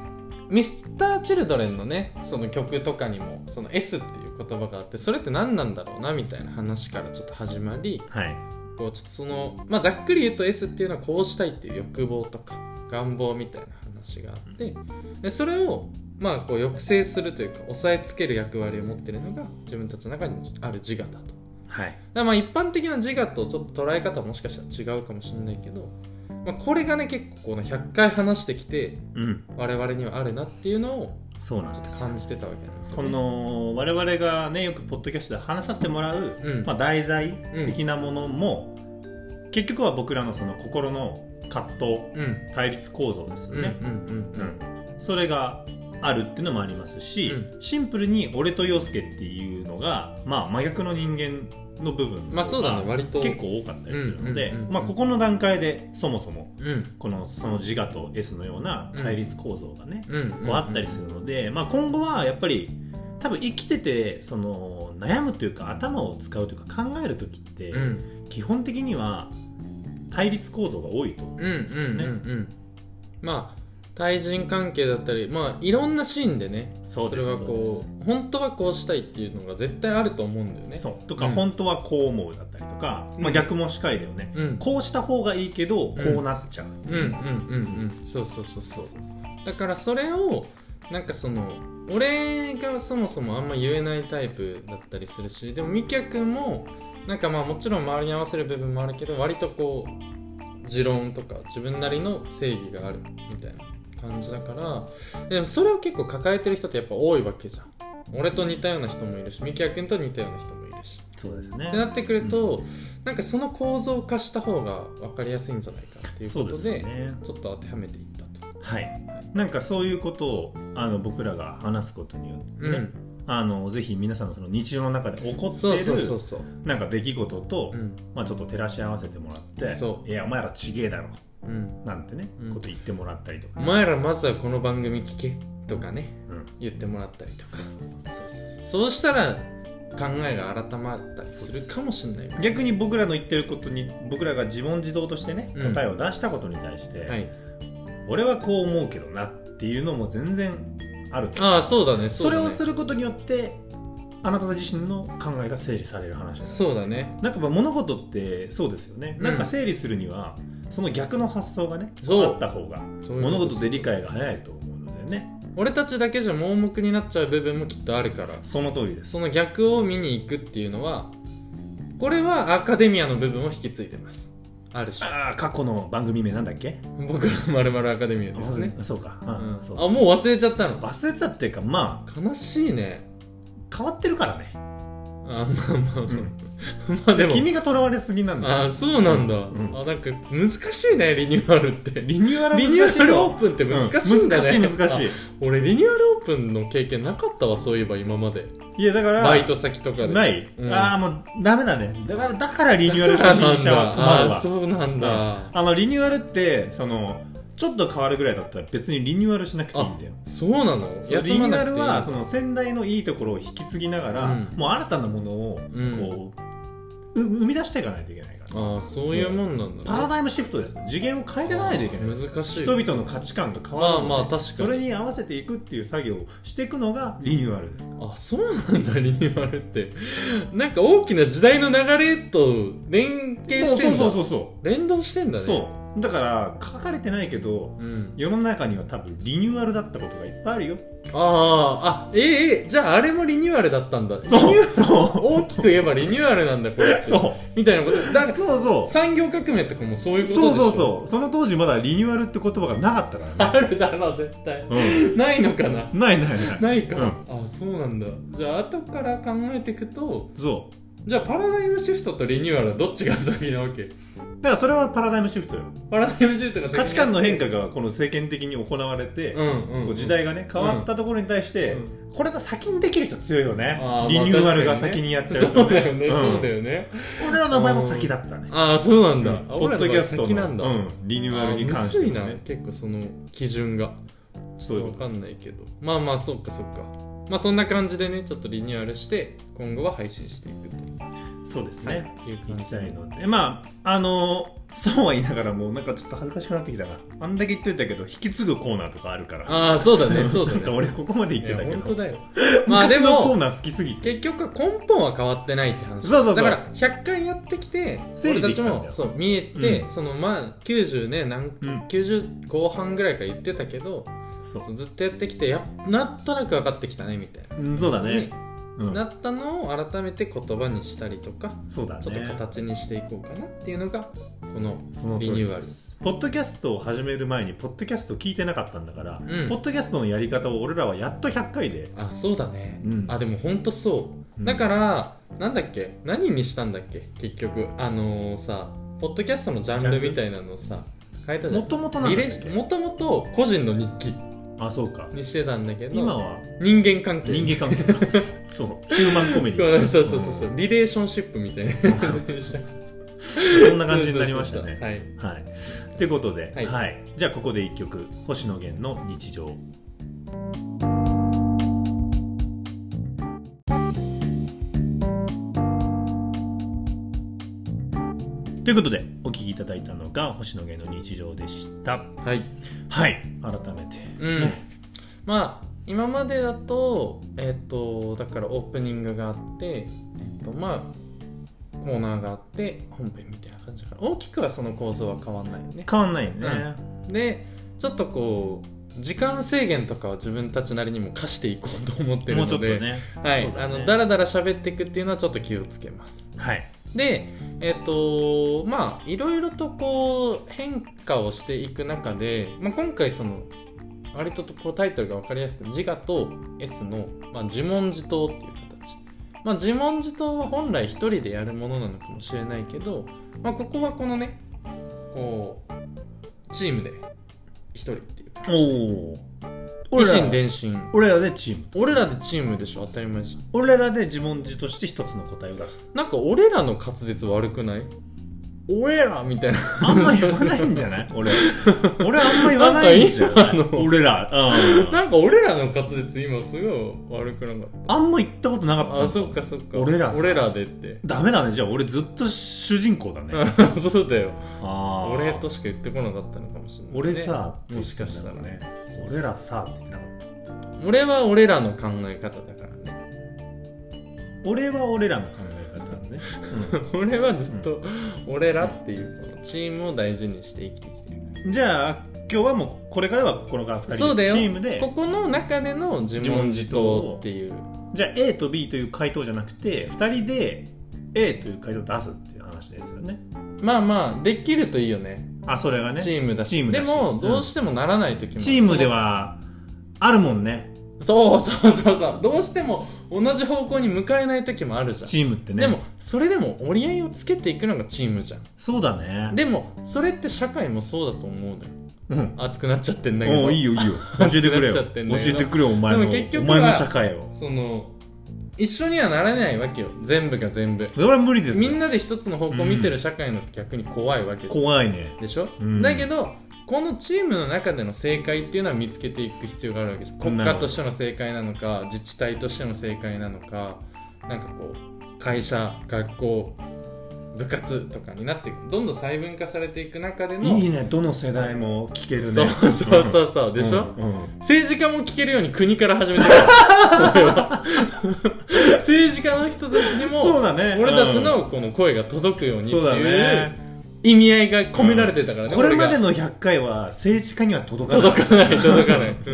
A: ミスターチルドレンのねその曲とかにもその S っていう言葉があってそれって何なんだろうなみたいな話からちょっと始まり
B: はい
A: こうちょっとその、まあ、ざっくり言うと S っていうのはこうしたいっていう欲望とか願望みたいな話があってでそれをまあこう抑制するというか抑えつける役割を持ってるのが自分たちの中にある自我だと。
B: はい
A: だからまあ一般的な自我とちょっと捉え方はもしかしたら違うかもしれないけど、まあ、これがね結構この100回話してきて
B: うん
A: 我々にはあるなっていうのを
B: そうなん
A: ちょっ
B: で
A: と
B: す
A: 感じてたわけなんですよ、
B: こ
A: ね、
B: の我々がねよくポッドキャストで話させてもらう、
A: うん
B: まあ、題材的なものも、結局は僕らのその心の葛藤
A: うん
B: 対立構造ですよ
A: うんうん
B: ね、
A: うん
B: それがあるっていうのもありますし、
A: う
B: シンプルに俺と陽介っていうのが、まあ、真逆の人間の部分
A: まあそうだね割と
B: 結構多かったりするので、
A: うんうんうんうん
B: まあ、ここの段階でそもそも
A: うん
B: このその自我と S のような対立構造がね、
A: うん
B: こうあったりするので、まあ、今後はやっぱり多分生きててその悩むというか頭を使うというか考える時って
A: うん
B: 基本的には対立構造が多いと思う
A: うんうんん
B: です
A: う
B: よ
A: ん
B: ね。
A: うんまあ対人関係だったりまあいろんなシーンでね
B: そう
A: そ
B: で
A: れ
B: す
A: は
B: そう
A: こう本当はこうしたいっていうのが絶対あると思うんだよね
B: そうとか、
A: うん
B: 本当はこう思うだったりとか、
A: う
B: まあ、
A: ん
B: 逆も司会だよね、
A: うん
B: こうした方がいいけどこ
A: うん
B: うなっちゃう、
A: うんうんうんうんそうそうそうそうだからそれをなんかその俺がそもそもあんま言えないタイプだったりするしでもみきゃくんもなんかまあもちろん周りに合わせる部分もあるけど割とこう持論とか自分なりの正義があるみたいな感じだからでもそれを結構抱えてる人ってやっぱ多いわけじゃん俺と似たような人もいるしみきゃくんと似たような人もいるし
B: そうです
A: ってな
B: ね
A: ってくると、なんかその構造化した方が分かりやすいんじゃないかっていうこ
B: そうで
A: と
B: すよ
A: で
B: ね
A: ちょっと当てはめていったと。
B: はいなんかそういうことをあの僕らが話すことによってね、
A: うん
B: あのぜひ皆さんのその日常の中で起こって
A: そうそうそう
B: る
A: そう、
B: なんか出来事と、
A: うん
B: まあ、ちょっと照らし合わせてもらって
A: そ
B: いやお前らちげえだろ」
A: うん、
B: なんてね、
A: うん
B: こと言ってもらったりとか
A: お前らまずはこの番組聞けとかね
B: うん
A: 言ってもらったりとか
B: そうそうそうそう
A: そうしたら考えが改まったりするかもしれない
B: 逆に僕らの言ってることに僕らが自問自答としてね、
A: うん
B: 答えを出したことに対して、
A: はい、
B: 俺はこう思うけどなっていうのも全然あると
A: ああそうだね
B: それをす
A: る
B: ることによってあなた自身の考えが整理される話です
A: そうだね
B: なんかまあ物事ってそうですよね、
A: うん
B: なんか整理するにはその逆の発想がね
A: そう
B: あった方が
A: そういうこと
B: 物事で理解が早いと思うのでね
A: 俺たちだけじゃ盲目になっちゃう部分もきっとあるから
B: その通りです
A: その逆を見に行くっていうのはこれはアカデミアの部分を引き継いでますある種
B: ああ過去の番組名なんだっけ
A: 僕らまるまるアカデミアですね、
B: あそうか、う
A: うんん
B: そう
A: あもう忘れちゃったの
B: 忘れてたっていうかま
A: 悲しいね
B: あ変わってるからね、
A: あまあまあまあ、
B: うん
A: まあでも
B: 君がとらわれすぎなんだ
A: あそうなんだ、
B: うん
A: あなんか難しいねリニューアルってリ
B: リニューアル
A: ニュ
B: 難しい
A: ーアルオ
B: よ
A: ープンって難しいんだね、
B: うん難しい難し
A: い
B: い
A: 俺リニューアルオープンの経験なかったわそういえば今まで
B: いやだから
A: バイト先とかで
B: ない、
A: うん
B: ああもうダメだねだからだからリニューアル
A: だ
B: 初
A: からなん
B: 心者は困る
A: だあ
B: わ
A: そうなんだ、
B: あのリニューアルってそのちょっと変わるぐらいだったら別にリニューアルしなくていいんだよ
A: そうなの
B: そうリ
A: 休
B: ニ
A: ま
B: ュー
A: な
B: ア
A: くて
B: ル
A: いい
B: はその先代のいいところを引き継ぎながら、
A: うん
B: もう新たなものを
A: うん
B: こう、う生み出していかないといけないから
A: ああそういうもんなんだ、ね、
B: パラダイムシフトです次元を変えていかないといけない
A: 難しい
B: 人々の価値観が変わるので
A: まあまあ確かに
B: それに合わせていくっていう作業をしていくのがリニューアルです
A: あそうなんだリニューアルってなんか大きな時代の流れと連携してんだ
B: そうそうそうそ
A: 連動してん
B: う、
A: だね
B: そうだから書かれてないけど
A: うん、
B: 世の中には多分リニューアルだったことがいっぱいあるよ
A: あーあ、ええええじゃああれもリニューアルだったんだ。リニューアル
B: そ
A: 大きく言えばリニューアルなんだ、これっ
B: う
A: て。
B: そう
A: みたいなこと。だ
B: そうそう
A: 産業革命とかもそういうこと
B: そ
A: で
B: う
A: し
B: そ
A: ょ
B: うそうその当時まだリニューアルって言葉がなかったから
A: あ
B: ね、
A: るだろう、絶対。
B: う
A: ないのかな
B: ん、ないないない
A: ないか。
B: うん
A: あ、そうなんだ。じゃあ後から考えていくと、
B: そ
A: じゃあパラダイムシフトとリニューアルはどっちが先なわけ
B: うだからそれはパラダイムシフトよ
A: パラダイムシフトが先
B: 価値観の変化がこの政権的に行われて、
A: うんうん
B: こ
A: う。
B: うん時代がね変わったところに対して、
A: う
B: これが先にできる人強いよね
A: あー
B: リニューアルが先にやっちゃう人
A: まあ確かにねそうだよね、
B: ん
A: そうだよね。
B: 俺らの場合も先だったね
A: ああ、そうなんだ。
B: うん
A: あ
B: ポ
A: 俺
B: ッ
A: らの
B: ド
A: 方
B: キャ
A: が
B: スト
A: 先な
B: の
A: んだ。
B: うん、リニューアルに関して
A: あー
B: は
A: むずい
B: ね
A: な結構その基準が
B: そういう
A: わ
B: ことで
A: か
B: す
A: んないけどまあまあそうかそうかまあそんな感じでねちょっとリニューアルして今後は配信していくと
B: そうですね、
A: はい、いう
B: 行
A: 感
B: き
A: じ
B: たい
A: で
B: のでまああのそうは言いながらもなんかちょっと恥ずかしくなってきたなあんだけ言っといたけど引き継ぐコーナーとかあるから
A: ああそうだ ねそうだ
B: なんか
A: ね
B: 俺ここまで言っ
A: い
B: て
A: や
B: たけ
A: 本当
B: ど
A: だよまあで
B: 昔のコー
A: も
B: ナー好きすぎて
A: 結局根本は変わってないって話
B: そうそうそう
A: だから100回やってきて
B: 整
A: 俺
B: 理で
A: た
B: きた
A: ち
B: んだよ
A: もそう見えて、
B: うん
A: そのまあ90ねなん
B: うん
A: 90後半ぐらいから言ってたけど
B: そ
A: そううずっとやってきてやっなんとなく分かってきたねみたいな
B: うんそうだね、う、
A: それになんったのを改めて言葉にしたりとか
B: そうだね
A: ちょっと形にしていこうかなっていうのがこの
B: その通り
A: リニューアル
B: ですポッドキャストを始める前にポッドキャスト聞いてなかったんだから、
A: うん
B: ポッドキャストのやり方を俺らはやっと100回で、
A: あそうだね、
B: うん
A: あでもほんとそう
B: うん
A: だから、なんだっけ何にしたんだっけ結局あのーさポッドキャストのジャンルみたいなのをさ変えたじゃ
B: も
A: ん
B: ともとなん
A: リ
B: だ
A: レ
B: っけ
A: もともと個人の日記
B: あそうか
A: にしてたんだけど
B: 今は
A: 人間関係
B: 人間関係 かそうヒューマンコメデ
A: こ
B: ィ
A: う そうそうそうそう、リレーションシップみたいな感じに した
B: うんそんな感じになりました
A: そうそうそうそう
B: ね
A: はい
B: はいってことで、は
A: はいい
B: じゃあここで1曲「星野源の日常」ということでお聴きいただいたのが星野源の日常でした
A: はい
B: はい改めて、
A: うん、
B: ね
A: まあ今までだとえっ、とだからオープニングがあって、えっとまあコーナーがあって本編みたいな感じだから大きくはその構造は変わんないよね
B: 変わんないよね、
A: でちょっとこう時間制限とかは自分たちなりにも課していこうと思ってる
B: も
A: の
B: うち
A: で
B: ょっとね
A: はい
B: そう
A: あ
B: ね
A: のだらだら喋っていくっていうのはちょっと気をつけます
B: はい
A: でえっ、とまあいろいろとこう変化をしていく中で、まあ、今回その割とこうタイトルが分かりやすく自我と S の、まあ、自問自答っていう形、まあ、自問自答は本来一人でやるものなのかもしれないけど、まあ、ここはこのねこうチームで一人っていう
B: おお
A: 維
B: 俺
A: 心
B: ら
A: 伝心
B: 俺らでチーム
A: 俺らでチームでしょ当たり前じゃん
B: 俺らで自問自答して一つの答えを出す
A: なんか俺らの滑舌悪くない俺らみたいな
B: あんま言わないんじゃ ない俺。俺あんま言わないんじゃ
A: なんか
B: ない
A: 今の
B: 俺ら。うん
A: なんか俺らの滑舌今すごい悪くなかっ
B: あんま言ったことなかったた。
A: あそっかそっか
B: 俺らさ
A: 俺らでって
B: ダメだね。じゃあ俺ずっと主人公だね。
A: そうだよ
B: あー
A: 俺としか言ってこなかったのかもしれない、ね、
B: 俺さ、
A: もしかしたらね。そうそう
B: 俺らさって言ってなかった。
A: 俺は俺らの考え方だからね
B: 俺は俺らの考え方だね。
A: 俺はずっと俺らっていうこのチームを大事にして生きてきてる
B: うんじゃあ今日はもうこれからは心から
A: そ
B: 二人
A: う
B: で
A: だよ
B: チームで
A: こ、この中での自問自答っていう
B: じゃあ A と B という回答じゃなくて、二人で A という回答を出すっていう話ですよね。
A: まあまあできるといいよね
B: あ、それがね。
A: チームだし
B: チーム
A: で
B: だし
A: もどうしてもならない時も、
B: チームではあるもんね
A: そうそうそうそうどうしても同じ方向に向かえない時もあるじゃん、
B: チームってね
A: でもそれでも折り合いをつけていくのがチームじゃん
B: そうだね
A: でもそれって社会もそうだと思うのよ
B: うん
A: 熱くなっちゃってんだけ
B: お
A: ど
B: ういいよいいよ教えてくれ
A: な
B: よ教
A: っちゃってんだけど
B: えてくれよお前の
A: でも結
B: お
A: 局は
B: 前の社会を
A: その一緒にはならないわけよ全部が全部
B: それは無理です
A: み
B: よ
A: んなで一つの方向見てる社会の逆に怖いわけじゃん
B: 怖いね
A: でしょ、
B: うん
A: だけどこのチームの中での正解っていうのは見つけていく必要があるわけです
B: なるほ
A: 国
B: ど
A: 家としての正解なのか自治体としての正解なのかなんかこう会社学校部活とかになっていくどんどん細分化されていく中での
B: いいねどの世代も聞けるね
A: そうそうそううそう、
B: ん
A: でしょ、
B: うんうん
A: 政治家も聞けるように国から始めてるから俺は 政治家の人たちに
B: そう
A: も
B: だね
A: 俺たち
B: うん
A: のこの声が届くようにって
B: そうだ
A: いう
B: ね
A: 意味合いが込められてたからね、
B: これまで
A: 俺が
B: の100回は政治家には届かない
A: 届か ない届 かない、うん、で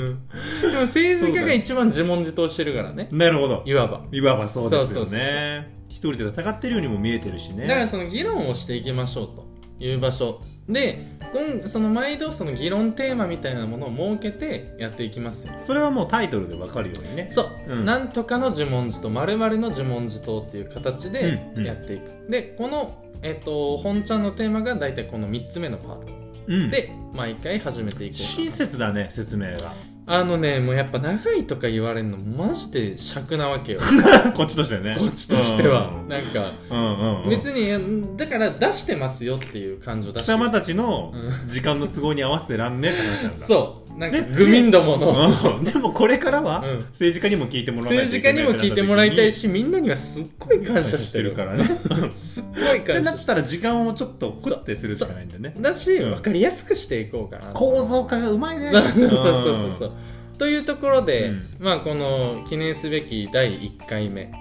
A: も政治家が一番自問自答してるからね
B: なるほど
A: いわば
B: いわばそうです
A: そ
B: よ
A: うそうそうそ
B: ね一人で戦ってるようにも見えてるしね
A: だからその議論をしていきましょうという場所で今その毎度その議論テーマみたいなものを設けてやっていきますよ
B: それはもうタイトルでわかるようにね
A: そう、
B: うん
A: なんとかの自問自答〇〇の自問自答っていう形で
B: うんうん
A: やっていく、でこの、えっと本ちゃんのテーマが大体この3つ目のパート
B: うん
A: で毎回始めていこうかな
B: 親切だね説明が
A: あのねもうやっぱ長いとか言われるのマジで尺なわけよ
B: こっちとしてはね
A: こっちとしてはなんか
B: うんうんうん
A: 別にうんだから出してますよっていう感情出
B: 貴
A: して
B: 様たちの
A: う
B: 時間の都合に合わせてらんねって話なんだ
A: そなんか愚民どもの、
B: うんでもこれからは
A: うん
B: 政治家にも聞いてもらわない
A: 政
B: と
A: 治家に
B: いけないって
A: も
B: なった時
A: 聞いてもらいたいしみんなにはすっごい 感謝してる
B: 感謝してるからね
A: すっごい
B: って
A: 感
B: な
A: 謝
B: っ
A: した
B: ら時間をちょっとクッてするしかないんだよね
A: てだし
B: うん
A: 分かりやすくしていこうかなと
B: 構造化がうまいね
A: そうそうそうそうそううというところで、
B: うん
A: まあこの記念すべき第1回目
B: ん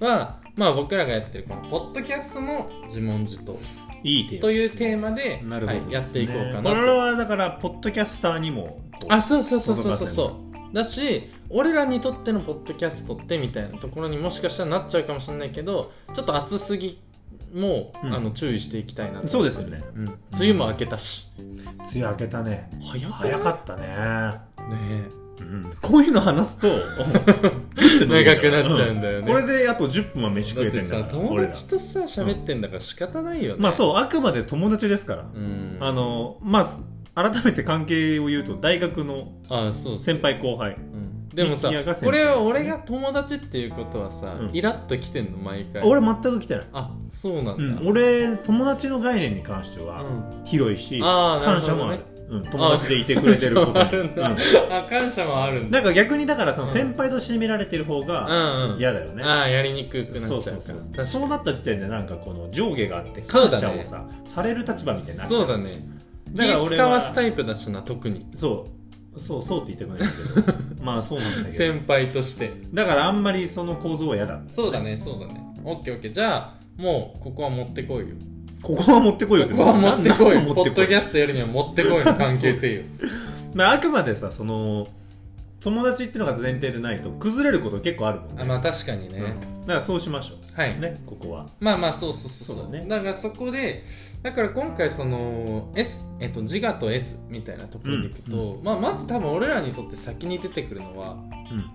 A: はまあ僕らがやってるこのポッドキャストの自問自答
B: いいテーマ
A: というテーマで
B: なるほど、
A: はい、やっていこうかな
B: これ
A: と
B: はだからポッドキャスターにもこう
A: あそうそうそうそうそう
B: 届か
A: そうだし俺らにとってのポッドキャストってみたいなところにもしかしたらなっちゃうかもしれないけどちょっと暑すぎも、
B: うん
A: あの注意していきたいなと
B: そうですよね
A: うん、梅雨も明けたし
B: 梅雨明けたね
A: 早くない
B: 早かったね
A: ね
B: うんこういうの話すと
A: 長くなっちゃうんだよね
B: これであと10分は飯
A: えだ
B: 食
A: っ
B: えて
A: て
B: んだ
A: さ
B: から
A: 友
B: 俺ら
A: 達とさ喋ってんだから仕方ないよね、
B: まあそうあくまで友達ですから、
A: うん
B: あのまあす改めて関係を言うと大学の
A: あそうそう
B: 先、輩後輩
A: うんでもさ
B: ミキヤが先
A: これ
B: 輩
A: は俺が友達っていうことはさ、
B: うん
A: イラッときてんの毎回
B: 俺全く来てない、
A: あそうなんだ、
B: うん、俺友達の概念に関して
A: う
B: は
A: ん
B: 広いし、
A: あーなる
B: 感
A: ほ
B: 謝
A: ど
B: もあ
A: ね
B: る、うん、友達でいてくれてること
A: あ
B: に、う
A: 感謝もあるんだ
B: ん、
A: あ感謝もあるんだ
B: なんか逆にだからその
A: うん
B: 先輩として見られてる方が
A: うんうん
B: 嫌だよね、
A: ああやりにくくなっちゃうから
B: そうそうそうそうなった時点でなんかこの上下があって
A: そう
B: 感
A: だね
B: 謝をさ、される立場みたいになっちゃ
A: そうだね気
B: だから俺
A: 使わ
B: は
A: すタイプだしな特に
B: そうそうそうって言いたくないん だけどまあそうなんだけど
A: 先輩として
B: だからあんまりその構造は嫌だ
A: そうだねそうだねオッケーオッケーじゃあもうここは持ってこいよ
B: ここは持ってこいよって
A: ここは持ってこい
B: な
A: よ
B: ん
A: ポ
B: と持って
A: ッ
B: こ
A: ド
B: い
A: キャストやるには持って こいの関係性よ
B: まあ、あくまでさその友達っていうのが前提でないと崩れること結構あるもんね
A: あまあ確かにね、
B: うんだからそうしましょ
A: は
B: う
A: い、
B: ねここは
A: まあまあそうそうそうそう
B: そ
A: だ,、
B: うだね
A: からそこでだから今回その S、えっと、自我と S みたいなところでいくと、まあ、まず多分俺らにとって先に出てくるのは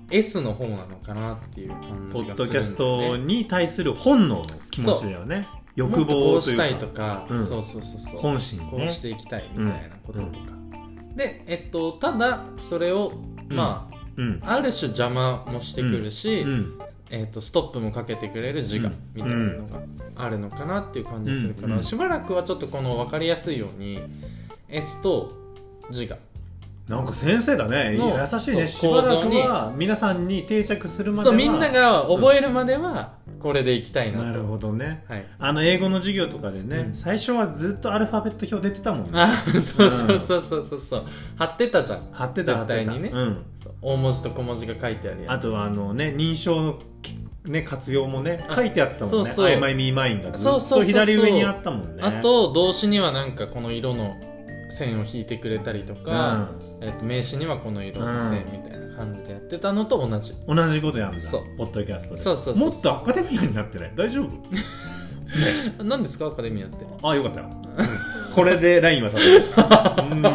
A: S の方なのかなっていう感
B: ポ
A: じ
B: ッ
A: がするんだよね
B: ドキャストに対する本能の気持ちだよね欲
A: もっとこ
B: 望
A: う
B: とい
A: し
B: う
A: た
B: か
A: いとか、
B: うん
A: そうそうそうそう
B: 本心
A: こう
B: ね
A: していきたいみたいなこととか、でえっとただそれを、まあ
B: うん
A: ある種邪魔もしてくるし、
B: うん
A: えっとストップもかけてくれる自我みたいなのがあるのかなっていう感じするから、
B: うん
A: しばらくはちょっとこの分かりやすいように S と自我
B: なんか先生だね
A: の
B: 優しいねし
A: そう
B: ばら
A: 構造
B: く
A: に
B: は皆さんに定着するまで
A: そ
B: は
A: うみんなが覚えるまではこれでいきたいな
B: な
A: と、
B: るほどね
A: はい、
B: あの英語の授業とかでね、
A: うん
B: 最初はずっとアルファベット表出てたもんね
A: あそうそうそうそうそうそう貼ってたじゃん
B: 貼ってた貼って
A: 絶対
B: た
A: にね
B: うん
A: そう大文字と小文字が書いてあるやつ
B: あとはあのね認証のき、ね、活用もね書いてあったもんね
A: そうそう
B: 曖昧ミーマインがずっ
A: そうそうそうそ
B: と
A: う
B: 左上にあったもんね
A: あと動詞にはなんかこの色の線を引いてくれたりとか、えっと名詞にはこの色の線みたいな感じでやってたのと同じ、
B: うん、同じことやんだ
A: そう
B: ポッドキャストで
A: そうそうそう
B: もっとアカデミアになってない大丈夫
A: 何ですかアカデミアって
B: あよかったよ、 うんこれでラインはされましたうんよか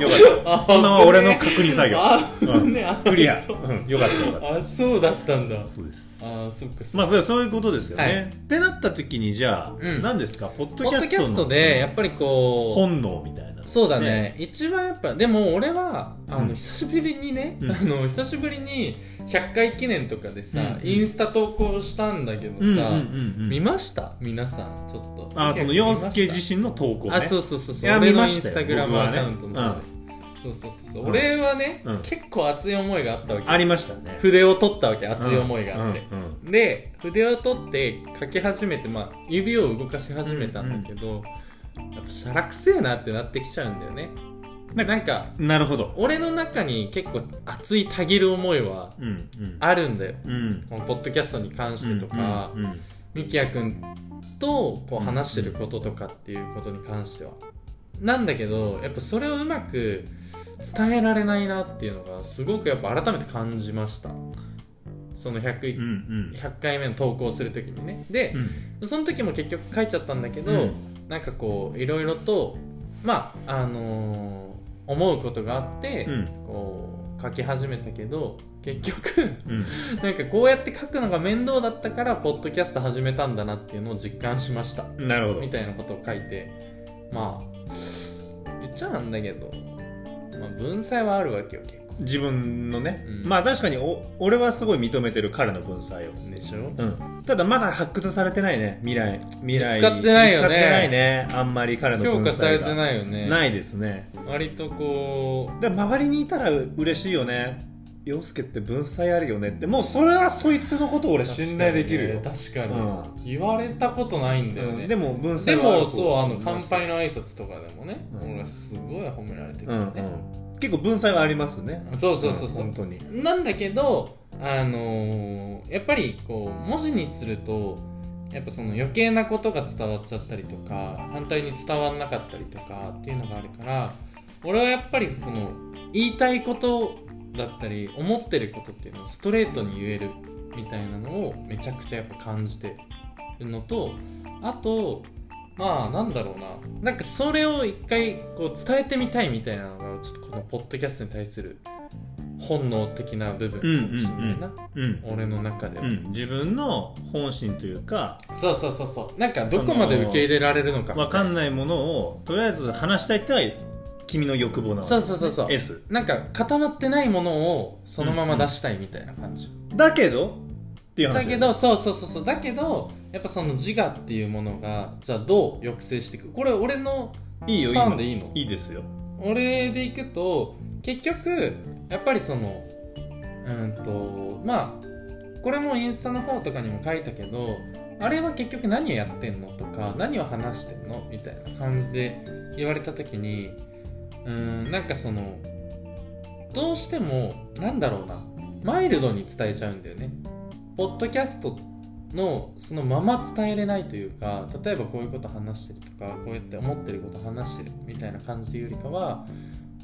B: った今は俺の確認作業
A: あ
B: うん
A: ねあ
B: クリア、
A: そう
B: うん、よかったよかっ
A: あそうだったんだ
B: たそうです
A: あそっかそっか
B: まあそれはそういうことですよね、
A: はい
B: ってなった時にじゃあ、
A: うん
B: 何ですかポッ
A: ポ
B: ドキ
A: ッ
B: ャ
A: ド
B: ス
A: キ
B: ト
A: ャ
B: の
A: ストでやっぱりこう
B: 本能みたいな
A: そうだね一番やっぱでも俺はあの、
B: うん
A: 久しぶりにね、
B: うん
A: あの久しぶりに100回記念とかでさ、
B: うん
A: インスタ投稿したんだけどさ、
B: うんうんうんう
A: 見
B: ん
A: ました皆さんちょっと
B: あその
A: 見ま
B: 洋
A: した
B: 介自身の投稿ね
A: あそうそうそうそう
B: いや
A: 俺
B: 見
A: の
B: ま
A: イン
B: した
A: ス
B: よ
A: タグラム
B: 僕
A: ア
B: はね
A: カウントの方で、そうそうそうそう、
B: うん
A: 俺はね、
B: うん
A: 結構熱い思いがあったわけ
B: ありましたね
A: 筆を取ったわけ熱い思いがあって、
B: うんうん
A: で筆を取って書き始めて、まあ、指を動かし始めたんだけど、やっぱしゃらくせえなってなってきちゃうんだよね
B: な
A: なんか
B: うんなるほど
A: 俺の中に結構熱いたぎる思いは
B: うんうん
A: あるんだよ
B: うん
A: このポッドキャストに関してとか、
B: うんうん
A: みきやくんとこう話してることとかっていうことに関しては。なんだけどやっぱそれをうまく伝えられないなっていうのがすごくやっぱ改めて感じましたその 100,、
B: うんうん
A: 100回目の投稿する時にねで
B: う、
A: その時も結局書いちゃったんだけど、
B: ん
A: なんかこういろいろとまああのー思うことがあって、
B: うん
A: こう書き始めたけど結局
B: うん
A: なんかこうやって書くのが面倒だったからポッドキャスト始めたんだなっていうのを実感しました
B: うんなるほど
A: みたいなことを書いてまあ言っちゃなんだけど、まあ、文才はあるわけよ結構
B: 自分のね、
A: うん
B: まあ確かにお俺はすごい認めてる彼の文才を、
A: でしょ
B: うん、ただまだ発掘されてないね未来未
A: 見
B: 来
A: つかってないよね
B: 見つかってないねあんまり彼の
A: 評
B: 文
A: 価さ
B: 才
A: れ
B: が
A: てないよね
B: ないですね
A: 割とこ
B: だから周りにいたら嬉しいよね洋介って文才あるよねってもうそれはそいつのことを
A: う
B: 俺信頼できるよ、
A: 確かに,、
B: うん
A: 言われたことないんだよね、
B: でも文
A: で
B: 才はある
A: も
B: 方
A: そうあの
B: だと思い
A: 乾
B: ます
A: 杯の挨拶とかでもね、
B: うん
A: 俺はすごい褒められてる
B: う
A: よ
B: ん
A: ね、
B: うん、結構文才はありますね
A: そうそうそうそう、
B: ん本当に
A: なんだけどあのーやっぱりこう文字にするとやっぱその余計なことが伝わっちゃったりとか反対に伝わんなかったりとかっていうのがあるから俺はやっぱりこの言いたいことだったり思ってることっていうのをストレートに言えるみたいなのをめちゃくちゃやっぱ感じてるのとあとまあなんだろうななんかそれを一回こう伝えてみたいみたいなのがちょっとこのポッドキャストに対する本能的な部分かもしれないな、
B: うん、
A: 俺の中では、
B: うん、自分の本心というか
A: そうそうそうそうなんかどこまで受け入れられるのか
B: 分かん
A: い
B: ないものをとりあえず話したいってのは君の欲望なの
A: そうそうそうそう
B: S
A: なんか固まってないものをそのまま出したいみたいな感じ、
B: だけどっていう話
A: だけどそうそうそうそうだけどやっぱその自我っていうものがじゃあどう抑制していくこれ俺の
B: いいよいい
A: ター
B: よ
A: ンでいいの
B: いいですよ
A: 俺でいくと結局やっぱりそのうんとまあこれもインスタの方とかにも書いたけどあれは結局何をやってんのとか何を話してんのみたいな感じで言われた時にうんなんかそのどうしてもなんだろうなマイルドに伝えちゃうんだよね。ポッドキャストのそのまま伝えれないというか例えばこういうこと話してるとかこうやって思ってること話してるみたいな感じというよりかは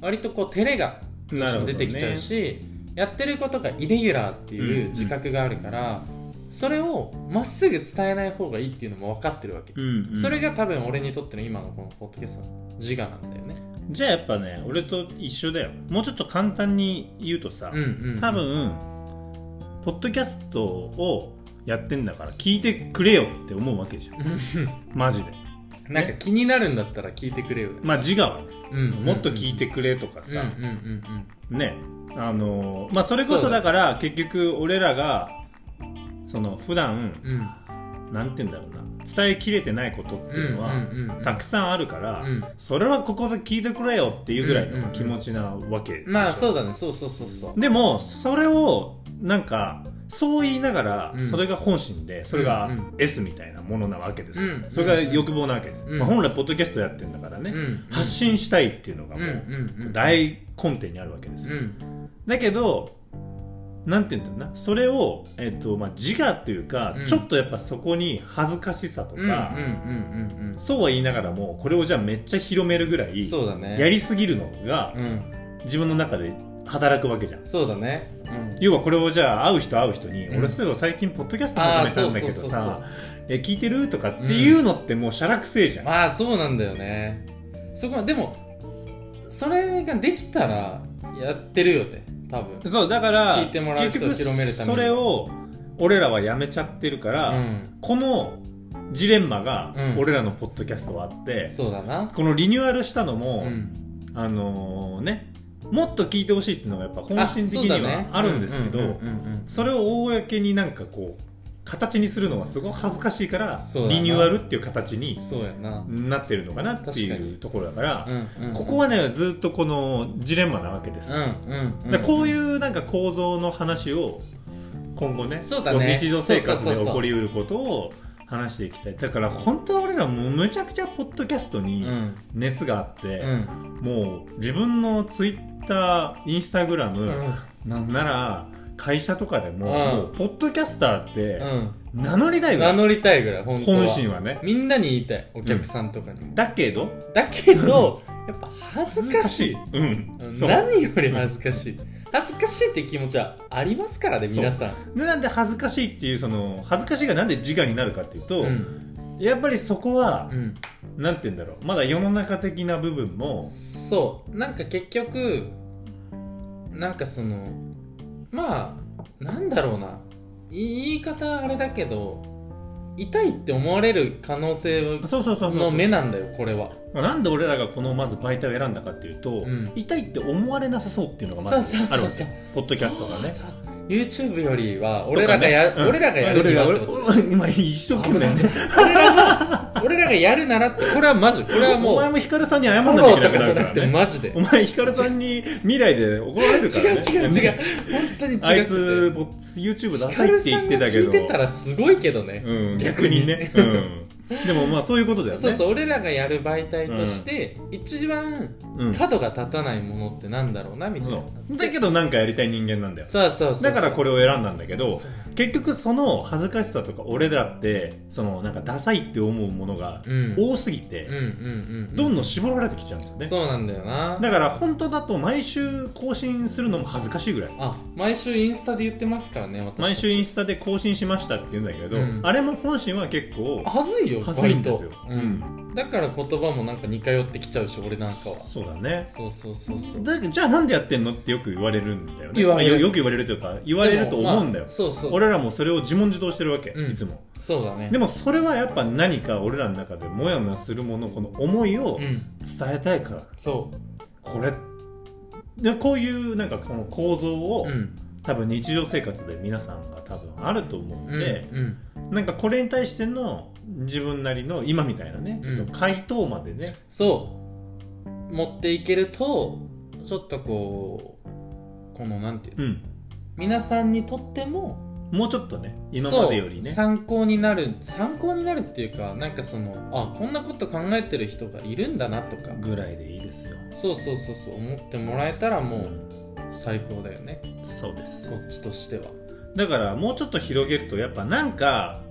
A: 割とこう照れがどうしても出てきちゃうし、やってることがイレギュラーっていう自覚があるから、それをまっすぐ伝えない方がいいっていうのも分かってるわけ、
B: なるほどね、うんうん
A: それが多分俺にとっての今のこのポッドキャストの自我なんだよね
B: じゃあやっぱね俺と一緒だよもうちょっと簡単に言うとさ、
A: うんうんうん
B: 多分ポッドキャストをやってんだから聞いてくれよって思うわけじゃんマジで
A: なんか気になるんだったら聞いてくれよ、
B: まあ自我はね
A: うんうんうん
B: もっと聞いてくれとかさ、
A: うんうんうん
B: ねあのーまあそれこ
A: そ
B: そう
A: だ
B: だから結局俺らがその普段
A: うんうん
B: なんて言うんだろうな伝えきれてないことっていうのはたく
A: さ
B: さんあるから、
A: うん、
B: それはここで聞いてくれよっていうぐらいの気持ちなわけでしょ
A: まあそうだねそうそうそうそう
B: でもそれをなんかそう言いながら、
A: うん
B: それが本心でそれが
A: うん
B: S みたいなものなわけです
A: う
B: よ、
A: ん
B: それが欲望なわけです、
A: うん
B: まあ、本来ポッドキャストやってんだからね、
A: うん
B: 発信したいっていうのが
A: うん
B: も
A: う
B: うん
A: うん
B: 大根底にあるわけです
A: う
B: よ、
A: ん
B: だけどなんて言うんだろうなそれを、えっとまあ、自我というか、
A: うん
B: ちょっとやっぱそこに恥ずかしさとか、
A: うんうんうんうん
B: そうは言いながらもこれをじゃあめっちゃ広めるぐら
A: う
B: い
A: んそうだね
B: やりすぎるのが
A: うん
B: 自分の中で働くわけじゃん
A: そうだねうん
B: 要はこれをじゃあ会う人会う人に、
A: うん
B: 俺そういえば最近ポッドキャスト始めたんだけど
A: あーそうそうそうそう
B: さえ聞いてるとかっていうのってもうしゃらくせえじゃん、
A: まあそうなんだよねそこでもそれができたらやってるよね多分
B: そうだから
A: 聞いてもらう人を広めるために
B: それを俺らはやめちゃってるから、
A: うん
B: このジレンマが
A: うん
B: 俺らのポッドキャストはあって、
A: そうだな
B: このリニューアルしたのも、
A: うん
B: あのーねもっと聞いてほしいっていうのがやっぱ本
A: あ
B: 心的
A: そう
B: に
A: だね
B: はあるんですけど、
A: ううんうん
B: それを公になんかこう形にするのはすごく恥ずかしいから
A: そうだな
B: リニューアルっていう形に
A: うんそうやな
B: なってるのかなって
A: 確か
B: いうところだから、
A: うんうん
B: ここはねずっとこのジレンマなわけです、
A: うんうん
B: だからこういううなんか構造の話を今後ね
A: そうだね
B: こう日常生活
A: そうそうそう
B: で
A: そう
B: 起こりうることを話していきたいだから本当は俺らもうむちゃくちゃポッドキャスト
A: う
B: に
A: ん
B: 熱があって、
A: うん
B: もう自分のツイッターインスタグラ
A: う
B: ム、
A: ん
B: なんなら会社とかでも,、
A: うん
B: もうポッドキャスターって
A: うん
B: 名乗りたいぐら
A: 名
B: い
A: 乗りたいぐらい本当は
B: 本心はね
A: みんなに言いたいお客さんとかにも
B: だけど
A: だけどやっぱ恥ずかしい
B: 恥ずうん
A: うん
B: そう
A: 何より恥ずかしい恥ずかしいって気持ちはありますからね
B: そう
A: 皆さん
B: でなんで恥ずかしいっていうその恥ずかしいがなんで自我になるかっていうと、
A: ん
B: やっぱりそこは
A: う、ん
B: なんて言うんだろうまだ世の中的な部分も
A: そうなんか結局なんかそのまあなんだろうな言い方あれだけど痛いって思われる可能性
B: そうそうそうそう
A: の目なんだよこれは
B: なんで俺らがこのまず媒体を選んだかっていうと、
A: うん
B: 痛いって思われなさそうっていうのがまず
A: そうそうそうそう
B: あるわけポッドキャストがね
A: そうそう YouTube よりは俺らがや,、
B: とかねうん
A: 俺らがやるにはってこと
B: 俺俺今一生懸命だよね
A: 俺らが俺らがやるならってこれはマジこれはもう
B: お前もヒカルさんに謝ん
A: フ
B: な
A: ォ
B: き
A: ロ
B: ゃいけ
A: ーとか
B: なくな
A: じゃ
B: る
A: な
B: か
A: く
B: ら
A: て
B: ね
A: マジで
B: お前ヒカルさんに未来で怒られるから、
A: 違う
B: ね、
A: 違う違う
B: ね
A: 本当に違
B: あい
A: く
B: つぼ YouTube
A: て
B: ダ
A: ヒ
B: サ
A: カ
B: いっ
A: ルさ
B: て言っ
A: ん
B: て
A: が
B: たけ
A: 聞い
B: ど
A: てたらすごいけどね、
B: うん、逆にね、うん、でもまあそういうことだよね
A: そうそう俺らがやる媒体として一番
B: うん
A: 角が立たないものってなんだろうなみたいな、
B: そうだけどなんかやりたい人間なんだよ
A: そうそうそうそう
B: だからこれを選んだんだけど
A: そう
B: 結局その恥ずかしさとか俺らってそのなんかダサいって思うものが
A: うん
B: 多すぎ
A: うんう
B: て
A: んうんうん
B: どんどん絞られてきちゃうんだよね
A: そうなんだよな
B: だから本当だと毎週更新するのも恥ずかしいぐらい
A: あ毎週インスタで言ってますからね私たち
B: 毎週インスタで更新しましたって言うんだけど、
A: うん
B: あれも本心は結構
A: はずいよ
B: 恥ずい
A: 割
B: んです
A: と
B: よ、
A: うんだから言葉もなんか似通ってきちゃうし俺なんかは
B: そうだね
A: そうそうそうそう
B: だけどじゃあなんでやってんのってよく言われるんだよね
A: 言われる
B: あよよく言われるというか言われると思うんだ
A: でもま
B: よ、
A: あそうそう
B: 俺らもそれを自問自答してるわけ、
A: うん
B: いつも
A: そうだね
B: でもそれはやっぱ何か俺らの中でモヤモヤするものこの思いを
A: うん
B: 伝えたいから、
A: そ
B: これでこういうなんかこの構造を、
A: ううん
B: 多分日常生活で皆さんが多分あると思うん
A: うん
B: で、
A: うん
B: なんかこれに対しての自分なりの今みたいなねちょっと回答までね、
A: そう持っていけるとちょっとこうこのなんていうの
B: うん
A: 皆さんにとっても
B: もうちょっとね今までよりね
A: そう参考になる参考になるっていうかなんかそのあこんなこと考えてる人がいるんだなとか
B: ぐらいでいいですよ
A: そうそうそうそう思ってもらえたらもう最高だよね
B: そうです
A: こっちとしては
B: だからもうちょっと広げるとやっぱなんか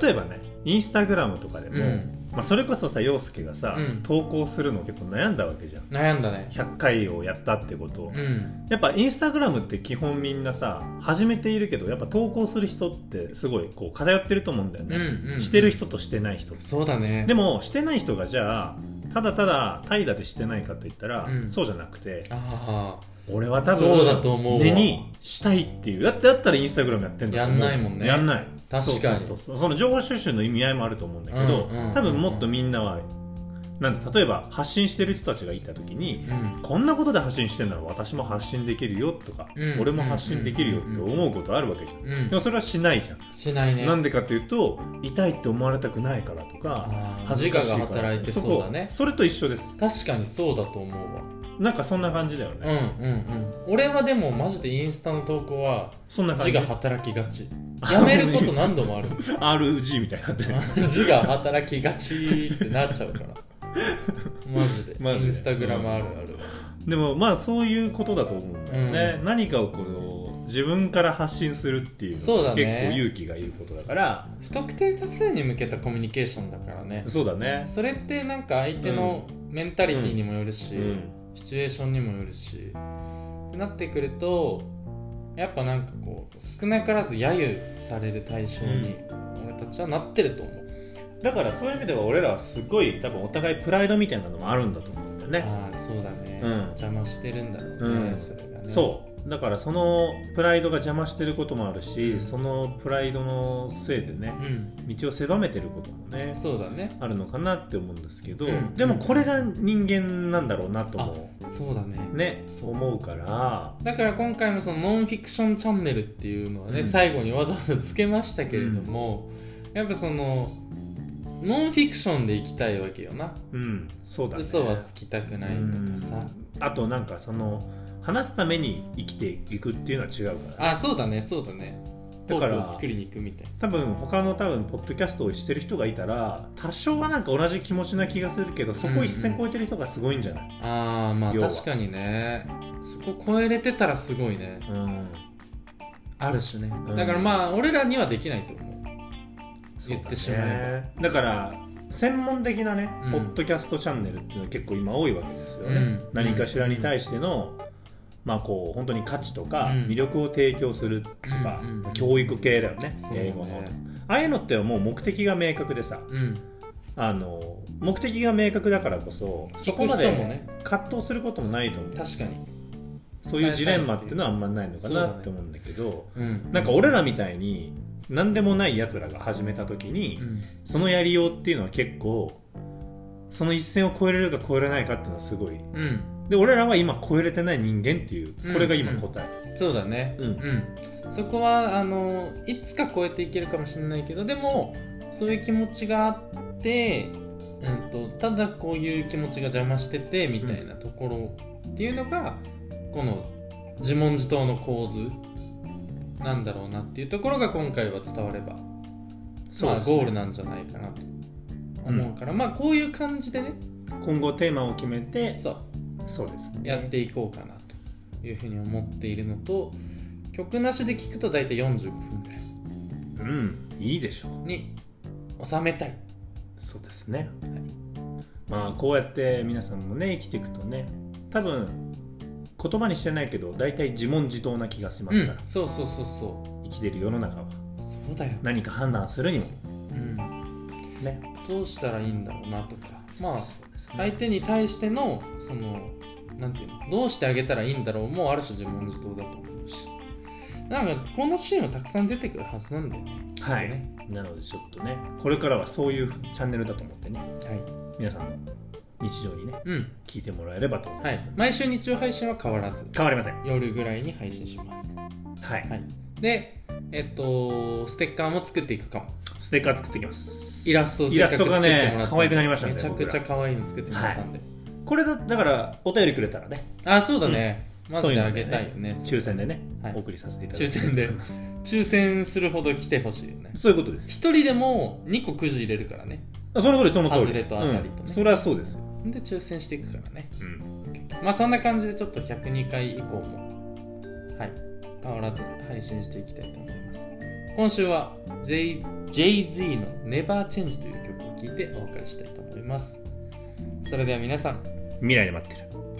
B: 例えばねインスタグラムとかで
A: う
B: も、
A: ん
B: まあ、それこそさ陽介がさ、
A: うん
B: 投稿するの結構悩んだわけじゃん
A: 悩んだね
B: 100回をやったってことを、
A: うん
B: やっぱインスタグラムって基本みんなさ始めているけどやっぱ投稿する人ってすごいこう偏ってると思うんだよ
A: うんう
B: ね、
A: ん、うん、
B: してる人としてない人
A: そうだね
B: でもしてない人がじゃあただただ怠惰でしてないかと言ったら、
A: うん
B: そうじゃなくて
A: あ
B: 俺は多
A: そうだと思う
B: 分
A: わ
B: 根にしたいっていうだってだったらインスタグラムやってんだと思う
A: やんないもんね
B: やんない
A: 確かに
B: そうそうそうその情報収集の意味合いもあると思うんだけ
A: う
B: ど、
A: んうんうんうん
B: 多分もっとみんなはなんだ例えば発信してる人たちがいた時に、
A: あうん
B: こんなことで発信してんなら私も発信できるよとか、
A: うん
B: 俺も発信できるよって思うことあるわけじゃん、
A: うん
B: でもそれはしないじゃん、
A: しないね
B: なんでかっていうと痛いって思われたくないからとか
A: あー
B: 恥
A: 自
B: ずか
A: 我
B: しい
A: が
B: から
A: 働いてそうだね
B: そこそれと一緒です
A: 確かにそうだと思うわ
B: なんかそんな感じだよ
A: うんうん
B: ね、
A: うん俺はでもマジでインスタの投稿は
B: そんな感
A: 自
B: じ
A: 我働きがちやめる こと何度もある
B: RG みたいになってる
A: 自我働きがちってなっちゃうからマジで
B: マジで
A: インスタグラムあるある、
B: でもまあそういうことだと思うんだよね、何かをこう自分から発信するっていう
A: そ
B: の
A: うだ
B: が結
A: ね
B: 構勇気がいることだから
A: 不特定多数に向けたコミュニケーションだからね
B: そうだね
A: それってなんか相手のメンタリティにもよるし、
B: うん
A: シチュエーションにもよるしってなってくるとやっぱなんかこう少なからず揶揄される対象に俺たちはなってると思う、
B: だからそういう意味では俺らはすごい多分お互いプライドみたいなのもあるんだと思うんだよね
A: ああそうだね、
B: うん
A: 邪魔してるんだろうね、
B: うん
A: それがね
B: そうだからそのプライドが邪魔してることもあるし、
A: うん
B: そのプライドのせいでね
A: ん
B: 道を狭めてることもね
A: そうだね
B: あるのかなって思うんですけど、
A: うん
B: でもこれが人間なんだろうなとも
A: そうだね
B: ねそう思うから
A: だから今回もそのノンフィクションチャンネルっていうのはね、
B: うん
A: 最後にわざわざつけましたけれども、やっぱそのノンフィクションでいきたいわけよな、
B: うんそうだね
A: 嘘はつきたくないとかさ、
B: うんあとなんかその話すために生きていくっていうのは違うから、
A: あそうだねそうだねト
B: だから
A: ークを作りに行くみたい
B: 多分他の多分ポッドキャストをしてる人がいたら多少はなんか同じ気持ちな気がするけどそこ一線超えてる人がすごいんじゃない、
A: なあーまあ
B: 要は
A: 確かにねそこ超えれてたらすごいね
B: うん
A: あるしね
B: ん
A: だからまあ俺らにはできないと思う
B: そうだ
A: 言
B: ね
A: ってしまえ
B: だから専門的なね、
A: うん
B: ポッドキャストチャンネルっていうのは結構今多いわけですよね、
A: うん
B: 何かしらに対しての、まあこう本当に価値とか
A: うん
B: 魅力を提供するとか、
A: うんうんうん
B: 教育系だよね
A: そうだね
B: 英語のああいうのってもう目的が明確でさ
A: うん
B: あの目的が明確だからこそそこま
A: 聞く人も
B: で
A: ね
B: 葛藤することもないと思う
A: 確かに
B: そういうジレンマっていうのはあんまないのかなって思うんだけど
A: うん
B: なんか俺らみたいに何でもないやつらが始めた時に、
A: うん
B: そのやりようっていうのは結構その一線を越えれるか越えれないかっていうのはすごい
A: うん
B: で俺らは今越えれてない人間っていうこれが今答え、
A: そうだね
B: うん
A: うんそこはあのいつか超えていけるかもしれないけどでもそういう気持ちがあって、うん、とただこういう気持ちが邪魔しててみたいなところっていうのが、この自問自答の構図なんだろうなっていうところが今回は伝わればまあ、
B: ですね
A: ゴールなんじゃないかなと思うから、まあこういう感じでね
B: 今後テーマを決めて
A: そう
B: そうですね
A: やっていこうかなというふうに思っているのと曲なしで聴くと大体45分ぐらい
B: うんいいでしょう
A: に収めたい
B: そうですね、
A: い
B: まあこうやって皆さんもね生きていくとね多分言葉にしてないけど大体自問自答な気がしま
A: う
B: すから
A: ん、そうそうそうそ
B: 生きてる世の中は
A: うそうだよ、
B: 何か判断するにも
A: うん、
B: ね
A: どうしたらいいんだろうなとかまあ
B: そうですね
A: 相手に対してのそのなんていうのどうしてあげたらいいんだろうもある種自問自答だと思うしなんかこのシーンはたくさん出てくるはずなんだよね
B: はい、
A: ね
B: なのでちょっとねこれからはそういうチャンネルだと思ってね
A: はい
B: 皆さんの日常にね
A: うん
B: 聞いてもらえればと思
A: は
B: いま
A: い
B: す、
A: 毎週日曜配信は変わらず
B: 変わりません
A: 夜ぐらいに配信します
B: はい、
A: はいでえっとステッカーも作っていくかも
B: ステッカー作ってきます
A: イラストを
B: イ
A: せっ
B: ラ
A: かく
B: ス
A: 作
B: ト
A: ってもらっ
B: が
A: たんで
B: ね可愛くなりましたね
A: めちゃくちゃ
B: 僕ら
A: 可愛いの作ってもらったんで、
B: これだだからお便りくれたらね
A: あそうだね、マジであげたいよね
B: 抽選でね、
A: はい
B: お送りさせていただ
A: 抽選で抽選するほど来てほしいよね
B: そういうことです
A: 一人でも2個くじ入れるからね
B: あその通りその通り
A: 外れと当たりとね
B: うんそれはそうですよ、
A: で抽選していくからね
B: うん、
A: まあそんな感じでちょっと102回以降もはい変わらず配信していきたいと思います今週は J- Jay-Z の「Never Change」という曲を聴いてお別れしたいと思いますそれでは皆さん
B: 未来で待ってる